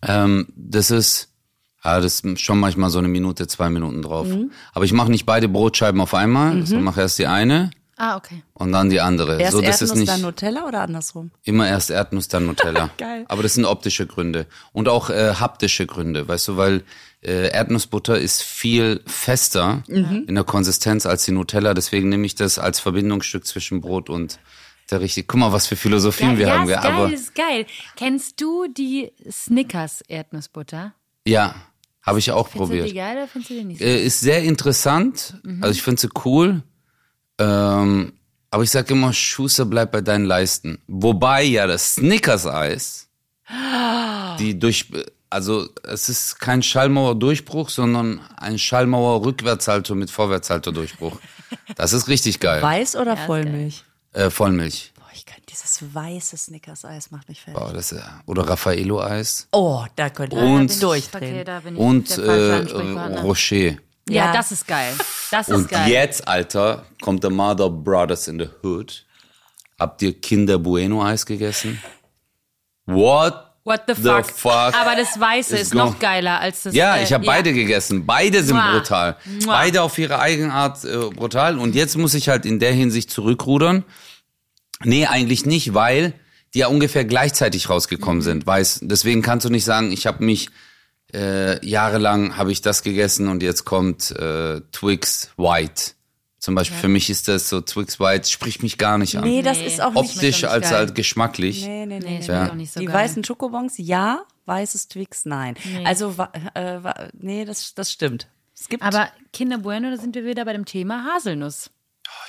ähm, das ist, ja, das ist schon manchmal so eine Minute, zwei Minuten drauf. Mhm. Aber ich mache nicht beide Brotscheiben auf einmal, sondern mache erst die eine Ah, okay. und dann die andere. Erst so, das Erdnuss, ist nicht dann Nutella oder andersrum? immer erst Erdnuss, dann Nutella. Geil. Aber das sind optische Gründe und auch äh, haptische Gründe, weißt du, weil äh, Erdnussbutter ist viel fester Mhm. in der Konsistenz als die Nutella. Deswegen nehme ich das als Verbindungsstück zwischen Brot und der richtig. Guck mal, was für Philosophien wir ja, haben. ist gell? geil, Aber ist geil. Kennst du die Snickers Erdnussbutter? ja, habe ich auch Findest du die probiert. geil oder findest du die nicht? Äh, ist sehr interessant. Mhm. Also ich finde sie cool. Ähm, aber ich sage immer, Schuster bleibt bei deinen Leisten. Wobei ja das Snickers-Eis, die durch, also es ist kein Schallmauer-Durchbruch, sondern ein Schallmauer-Rückwärtshalter mit Vorwärtshalter-Durchbruch. Das ist richtig geil. Weiß oder Vollmilch? Äh, Vollmilch. Boah, ich kann dieses weiße Snickers-Eis macht mich fertig. Boah, das, ist- oder Raffaello-Eis. Oh, da könnte Und- ich Okay, durchdrehen. da bin ich Und Mhm, der äh, falsche äh, Ansprechpartner. Rocher. ja, Ja. das ist geil. Das ist Und geil. jetzt, Alter, kommt der Mother Brothers in the Hood. Habt ihr Kinder Bueno Eis gegessen? What? What the The fuck? fuck Aber das Weiße is ist noch go- geiler als das. Ja, äh, ich habe beide gegessen. Beide sind Mua. brutal. Mua. Beide auf ihre Eigenart äh, brutal. Und jetzt muss ich halt in der Hinsicht zurückrudern. Nee, eigentlich nicht, weil die ja ungefähr gleichzeitig rausgekommen sind. Weiß, deswegen kannst du nicht sagen, ich habe mich äh, jahrelang habe ich das gegessen und jetzt kommt äh, Twix White. Zum Beispiel für mich ist das so Twix White spricht mich gar nicht an. Nee, das Nee. ist auch nicht. Optisch nicht als geil. halt geschmacklich. Nee, nee, Nee, nee. ich Ja. ja. auch nicht so die geil. weißen Schokobons, ja. Weißes Twix, nein. Also, wa- äh, wa- nee, das, das stimmt. Es gibt Aber Kinder Bueno, da sind wir wieder bei dem Thema Haselnuss.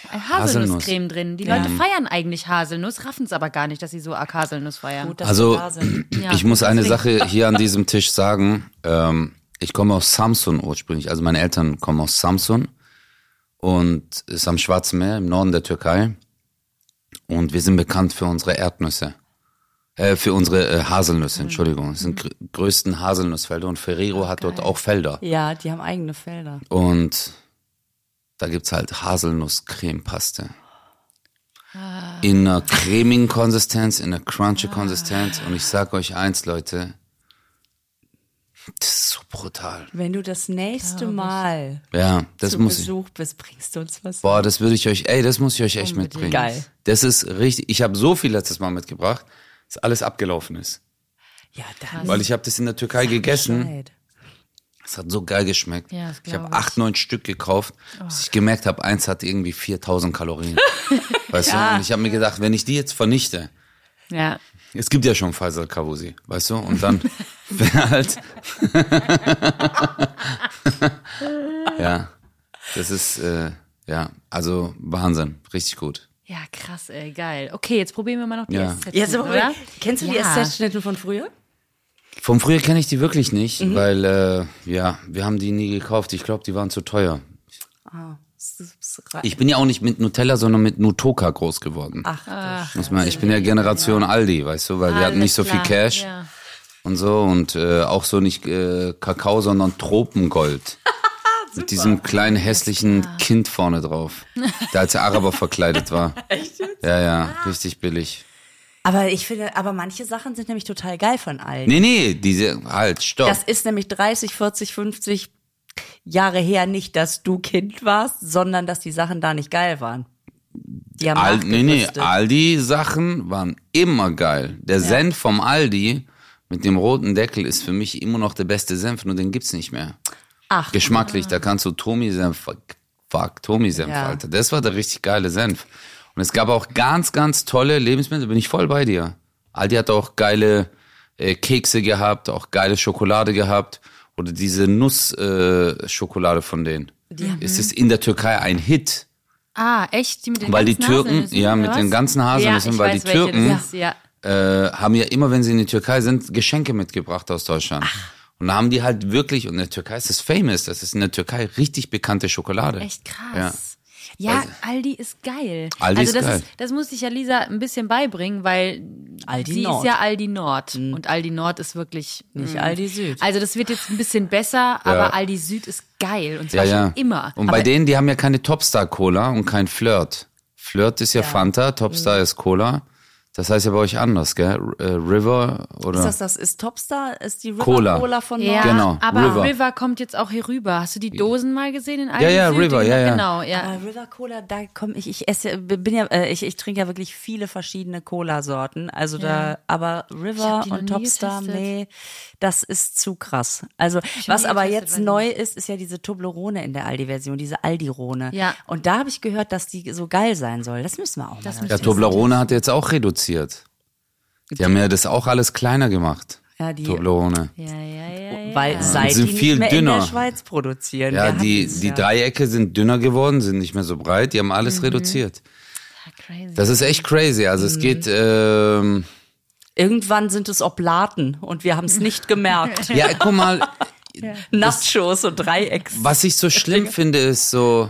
Oh Haselnusscreme drin. Die Leute feiern eigentlich Haselnuss, raffen es aber gar nicht, dass sie so arg Haselnuss feiern. Gut, dass Also, wir da sind. Ja, ich muss eine deswegen. Sache hier an diesem Tisch sagen. Ähm, ich komme aus Samsun ursprünglich. Also, meine Eltern kommen aus Samsun und ist am Schwarzen Meer im Norden der Türkei. Und wir sind bekannt für unsere Erdnüsse. Äh, für unsere äh, Haselnüsse, Mhm. Entschuldigung. Es sind gr größten Haselnussfelder und Ferrero hat dort auch Felder. Ja, die haben eigene Felder. Und da gibt's halt Haselnuss-Cremepaste. In einer cremigen Konsistenz, in einer crunchy Konsistenz. Und ich sag euch eins, Leute. Das ist so brutal. Wenn du das nächste Mal Ja, das zu muss ich. Besuch bist, bringst du uns was. Boah, das würde ich euch, ey, das muss ich euch echt mitbringen. Geil. Das ist richtig. Ich habe so viel letztes Mal mitgebracht, dass alles abgelaufen ist. Ja, dann. Weil ich habe das in der Türkei gegessen. Bescheid. Es hat so geil geschmeckt. Ja, das ich habe glaub Oh. ich. acht, neun Stück gekauft, bis ich gemerkt habe, eins hat irgendwie 4000 Kalorien. weißt du? Und ich habe mir gedacht, wenn ich die jetzt vernichte, Ja. es gibt ja schon Faisal Kavusi, weißt du? Und dann wäre halt. ja, das ist, äh, ja, also Wahnsinn, richtig gut. Ja, krass, ey, geil. Okay, jetzt probieren wir mal noch die Ja. Essenzen, Jetzt aber, oder? kennst du die ja. SZ-Schnitten von früher? Vom früher kenne ich die wirklich nicht, Mhm. weil, äh, ja, wir haben die nie gekauft. Ich glaube, die waren zu teuer. Ich bin ja auch nicht mit Nutella, sondern mit Nutoka groß geworden. Ach, das- Muss man, ich bin ja Generation Aldi, weißt du, weil wir hatten Alles nicht so Ah, klar, viel Cash Ja. und so und äh, auch so nicht äh, Kakao, sondern Tropengold. Mit diesem kleinen hässlichen Kind vorne drauf, der als Araber verkleidet war. Echt? Ja, ja, richtig billig. aber ich finde, aber manche Sachen sind nämlich total geil von allen. Nee, nee, diese, halt, stopp. Das ist nämlich 30, 40, 50 Jahre her nicht, dass du Kind warst, sondern dass die Sachen da nicht geil waren. Die haben Al nee, nee, nachgerüstet. Aldi-Sachen waren immer geil. Der Senf vom Aldi mit dem roten Deckel ist für mich immer noch der beste Senf, nur den gibt's nicht mehr. Ach. Geschmacklich, da kannst du Tomi-Senf, fuck, fuck Tomi-Senf, Ja. Alter. Das war der richtig geile Senf. Und es gab auch ganz, ganz tolle Lebensmittel, bin ich voll bei dir. Aldi hat auch geile äh, Kekse gehabt, auch geile Schokolade gehabt. Oder diese Nussschokolade äh, Schokolade von denen. Es ist in der Türkei ein Hit. Ah, echt? Die mit den Weil die ganzen Türken, Haselnüssen, ja, oder mit was? den ganzen Haselnüssen, ja, ich weil weiß, die welche Türken Das ist, ja. äh, haben ja immer, wenn sie in die Türkei sind, Geschenke mitgebracht aus Deutschland. Und da haben die halt wirklich, und in der Türkei ist das famous, das ist in der Türkei richtig bekannte Schokolade. Echt Ja. Also krass. Ja, Aldi ist geil. Aldi also ist das geil. das musste ich ja Lisa ein bisschen beibringen, weil Aldi sie Nord. Mhm. ist ja Aldi Nord und Aldi Nord ist wirklich Nicht mm. Aldi Süd. Also das wird jetzt ein bisschen besser, aber Aldi Süd ist geil und Ja, zwar ja. Um schon immer. Und bei aber denen, die haben ja keine Topstar-Cola und kein Flirt. Flirt ist ja, Fanta, Topstar ist Cola. Das heißt ja bei euch anders, gell? R- äh, River oder? Ist das das? Ist Topstar? Ist die River Cola. Cola, von ja, Nord? Genau, aber River. River. kommt jetzt auch hier rüber. Hast du die Dosen mal gesehen in Aldi Ja, ja, Süd? River, ja, ja. Genau, ja. Aber Äh, River Cola, da komme ich, ich esse, bin ja, äh, ich, ich trinke ja wirklich viele verschiedene Cola-Sorten. Also da, aber River die noch und nie Topstar, getestet. nee, das ist zu krass. Also, noch was nie aber getestet, jetzt weiß ich neu ist, ist ja diese Toblerone in der Aldi-Version, diese Aldi-Rone. Ja. Und da habe ich gehört, dass die so geil sein soll. Das müssen wir auch Das mal. ja, Toblerone hat jetzt auch reduziert. Die haben ja das auch alles kleiner gemacht. Ja, die- Toblerone. ja, ja, ja, ja. Weil seit sind die viel nicht mehr in dünner. der Schweiz produzieren. Ja, Wir die, hatten's die ja. Dreiecke sind dünner geworden, sind nicht mehr so breit, die haben alles reduziert. Crazy. Das ist echt crazy. Also es geht, ähm, Irgendwann sind es Oblaten und wir haben es nicht gemerkt. ja, guck mal, Nachos und Dreiecks. was ich so schlimm finde, ist so,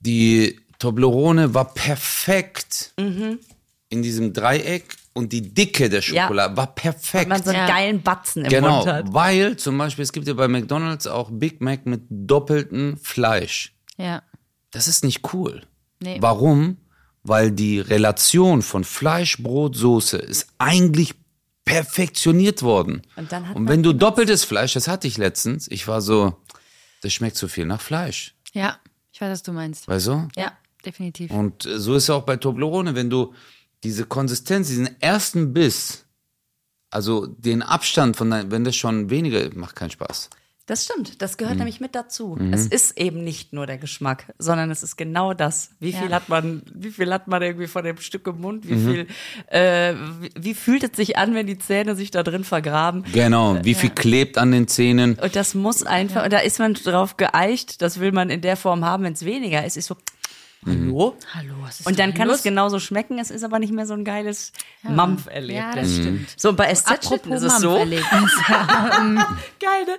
die Toblerone war perfekt in diesem Dreieck und die Dicke der Mhm. Ja. Schokolade war perfekt. Man so einen Ja. geilen Batzen im Genau, Mund hat. weil zum Beispiel, es gibt ja bei McDonalds auch Big Mac mit doppeltem Fleisch. ja. Das ist nicht cool. Nee. Warum? Weil die Relation von Fleisch, Brot, Soße ist eigentlich perfektioniert worden. Und dann hat Und man wenn du doppeltes Fleisch, das hatte ich letztens, ich war so, das schmeckt zu viel nach Fleisch. Ja, ich weiß, was du meinst. Weißt du? Ja, definitiv. Und äh, so ist es auch bei Toblerone, wenn du diese Konsistenz, diesen ersten Biss, also den Abstand von deinem, wenn das schon weniger, macht keinen Spaß. Das stimmt, das gehört nämlich mit dazu. Es ist eben nicht nur der Geschmack, sondern es ist genau das. Wie viel Ja. hat man, wie viel hat man irgendwie von dem Stück im Mund? Wie viel, äh, wie, wie fühlt es sich an, wenn die Zähne sich da drin vergraben? Genau, wie viel klebt an den Zähnen? Und das muss einfach, und da ist man drauf geeicht, das will man in der Form haben, wenn es weniger ist. Ist so, Hallo? Hallo, was ist Und dann denn kann los? es genau- genauso schmecken, es ist aber nicht mehr so ein geiles Mampferlebnis. Ja, das stimmt. So, und bei SZ-Schritten Apropos ist es so, Mampferlebnis. Geil, ne?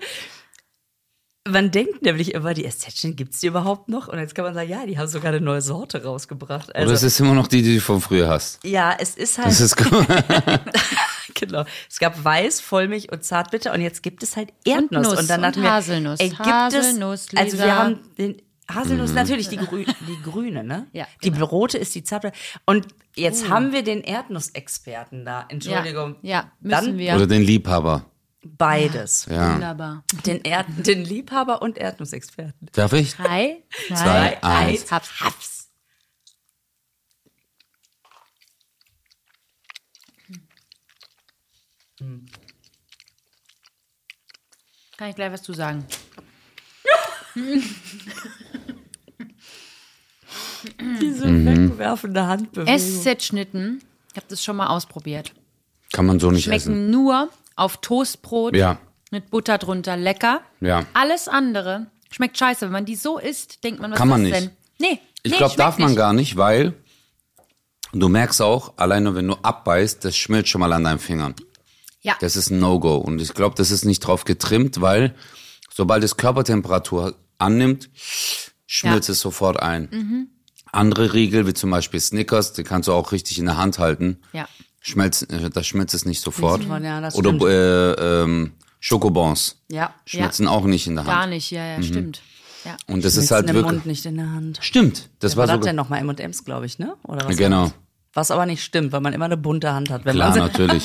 Man denkt nämlich immer, die Estetchen gibt es die überhaupt noch? Und jetzt kann man sagen, ja, die haben sogar eine neue Sorte rausgebracht. Oder es Also, ist immer noch die, die du von früher hast. ja, es ist halt, Das ist cool. genau. Es gab Weiß, Vollmilch und Zartbitter und jetzt gibt es halt Erdnuss. Nuss und dachten Haselnuss. ey, gibt Haselnuss, es, Also wir Lisa. haben den Haselnuss, Mhm. natürlich die, Grü die grüne, ne? Ja, genau. Uh. Die rote ist die Zartbitter. Und jetzt haben wir den Erdnussexperten da. Entschuldigung. Ja, müssen Dann wir. Oder den Liebhaber. Beides. Ja. Wunderbar. Den, Erd den Liebhaber und Erdnussexperten. Darf ich? Drei, zwei, eins. Hab's. Hab's. Kann ich gleich was zu sagen? Diese Mhm. wegwerfende Handbewegung. SZ-Schnitten, ich habe das schon mal ausprobiert. Kann man so nicht Schmecken essen. nur auf Toastbrot Ja. mit Butter drunter. Lecker. Ja. Alles andere schmeckt scheiße. Wenn man die so isst, denkt man, was Kann man ist das nicht. denn? Nee. Ich nee, glaube, schmeckt darf man nicht. gar nicht, weil du merkst auch, alleine wenn du abbeißt, das schmilzt schon mal an deinen Fingern. Ja. Das ist ein No-Go. Und ich glaube, das ist nicht drauf getrimmt, weil sobald es Körpertemperatur annimmt, schmilzt Ja. es sofort ein. Andere Riegel, wie zum Beispiel Snickers, die kannst du auch richtig in der Hand halten. Ja. Schmelz, äh, da schmilzt es nicht sofort. sofort, ja, das Oder stimmt. äh, ähm, Schokobons. Ja, Schmelzen auch nicht in der Hand. Gar nicht, ja, Mhm. ja, stimmt. Ja. Und das ist halt im wirklich. Mund, nicht in der Hand. Stimmt, das war Was hat sogar. denn nochmal M&M's, glaube ich, ne? Oder was? Genau. Was aber nicht stimmt, weil man immer eine bunte Hand hat. Wenn Klar, man natürlich.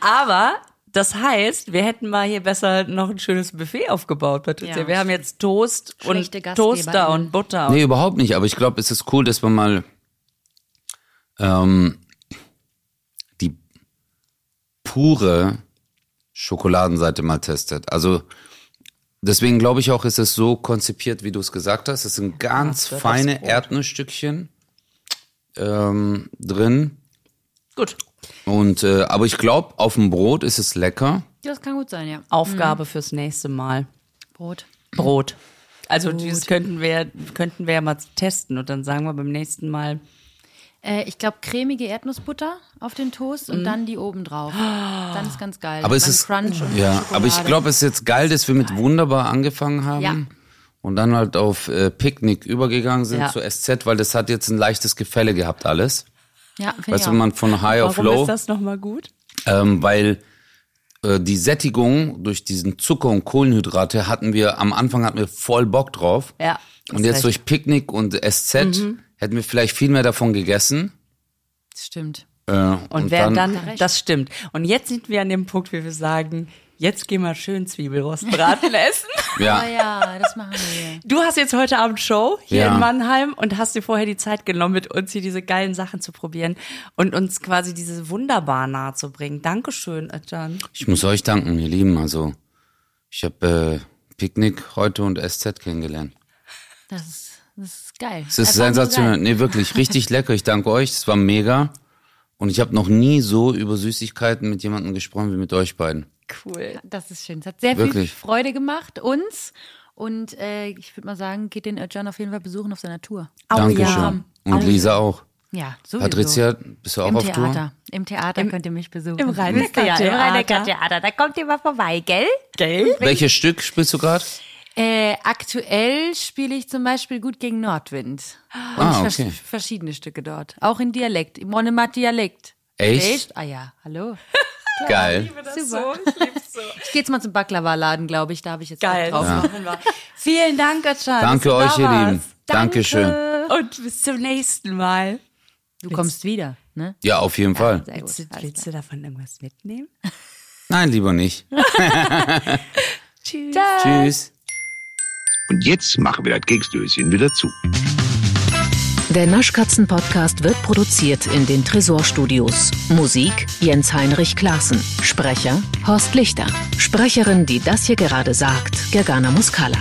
aber das heißt, wir hätten mal hier besser noch ein schönes Buffet aufgebaut, Patricia. Ja. wir haben jetzt Toast und Schlechte Toaster GastgeberInnen. und Butter. Nee, überhaupt nicht. Aber ich glaube, es ist cool, dass man mal ähm, die pure Schokoladenseite mal testet. Also deswegen glaube ich auch, ist es so konzipiert, wie du es gesagt hast. Es sind ganz das feine Brot. Erdnussstückchen ähm, drin. Gut. Und äh, aber ich glaube, auf dem Brot ist es lecker. Das kann gut sein, ja. Aufgabe fürs nächste Mal. Brot. Brot. Also dieses könnten wir, könnten wir ja mal testen und dann sagen wir beim nächsten Mal, Äh, ich glaube, cremige Erdnussbutter auf den Toast und dann die oben drauf. Dann ist ganz Äh, geil. Mhm. Aber es Dann ist Crunch und ja, Schokolade. aber ich glaube, es ist jetzt geil, dass wir mit wunderbar angefangen haben Ja. und dann halt auf äh, Picknick übergegangen sind Ja. zu SZ, weil das hat jetzt ein leichtes Gefälle gehabt alles. ja, find Weißt ich du, auch. man von High auf warum ist Low, das nochmal gut? ähm, weil äh, die Sättigung durch diesen Zucker und Kohlenhydrate hatten wir am Anfang hatten wir voll Bock drauf. Ja, Und hast jetzt recht. Mhm. durch Picknick und SZ hätten wir vielleicht viel mehr davon gegessen. Stimmt. Äh, und Und, wer dann, Hat er recht. das stimmt. Und jetzt sind wir an dem Punkt, wie wir sagen, jetzt gehen wir schön Zwiebelrostbraten essen. ja, Ah ja, das machen wir. Du hast jetzt heute Abend Show hier Ja. in Mannheim und hast dir vorher die Zeit genommen, mit uns hier diese geilen Sachen zu probieren und uns quasi diese wunderbar nahe zu bringen. Dankeschön, Ötjan. Ich muss euch danken, ihr Lieben. Also, ich habe äh, Picknick heute und SZ kennengelernt. Das ist, das ist geil. Also Es ist sensationell. Nee, wirklich, richtig lecker. Ich danke euch. Es war mega. Und ich habe noch nie so über Süßigkeiten mit jemandem gesprochen wie mit euch beiden. Cool. Das ist schön. Es hat sehr Wirklich. viel Freude gemacht uns. Und äh, ich würde mal sagen, geht den Özcan auf jeden Fall besuchen auf seiner Tour. Dankeschön. Und Lisa auch. Ja, sowieso. Patricia, bist du auch Im auf Tour? Theater. Im Theater könnt ihr mich besuchen. im Rhein-Neckar-Theater. Ja, Im Rhein-Neckar-Theater. Da kommt ihr mal vorbei, gell? Gell? Welches Stück spielst du gerade? Äh, aktuell spiele ich zum Beispiel gut gegen Nordwind. Und Ah, vers- okay. verschiedene Stücke dort. Auch in Dialekt, im Monomat Dialekt. Echt? Ah ja, hallo. Geil. Super. Ich gehe jetzt mal zum Baklava-Laden, glaube ich. Da habe ich jetzt Geil. Bock Das drauf. machen wir. Vielen Dank, Ötjan. Danke euch, ihr Lieben. Dankeschön. Und bis zum nächsten Mal. Du kommst wieder, ne? Ja, auf jeden Fall. Sehr gut. Willst, willst du davon irgendwas mitnehmen? Nein, lieber nicht. Tschüss. Tschüss. Und jetzt machen wir das Keksdöschen wieder zu. Der Naschkatzen-Podcast wird produziert in den Tresorstudios. Musik Jens Heinrich Klaassen. Sprecher Horst Lichter. Sprecherin, die das hier gerade sagt, Gergana Muscala.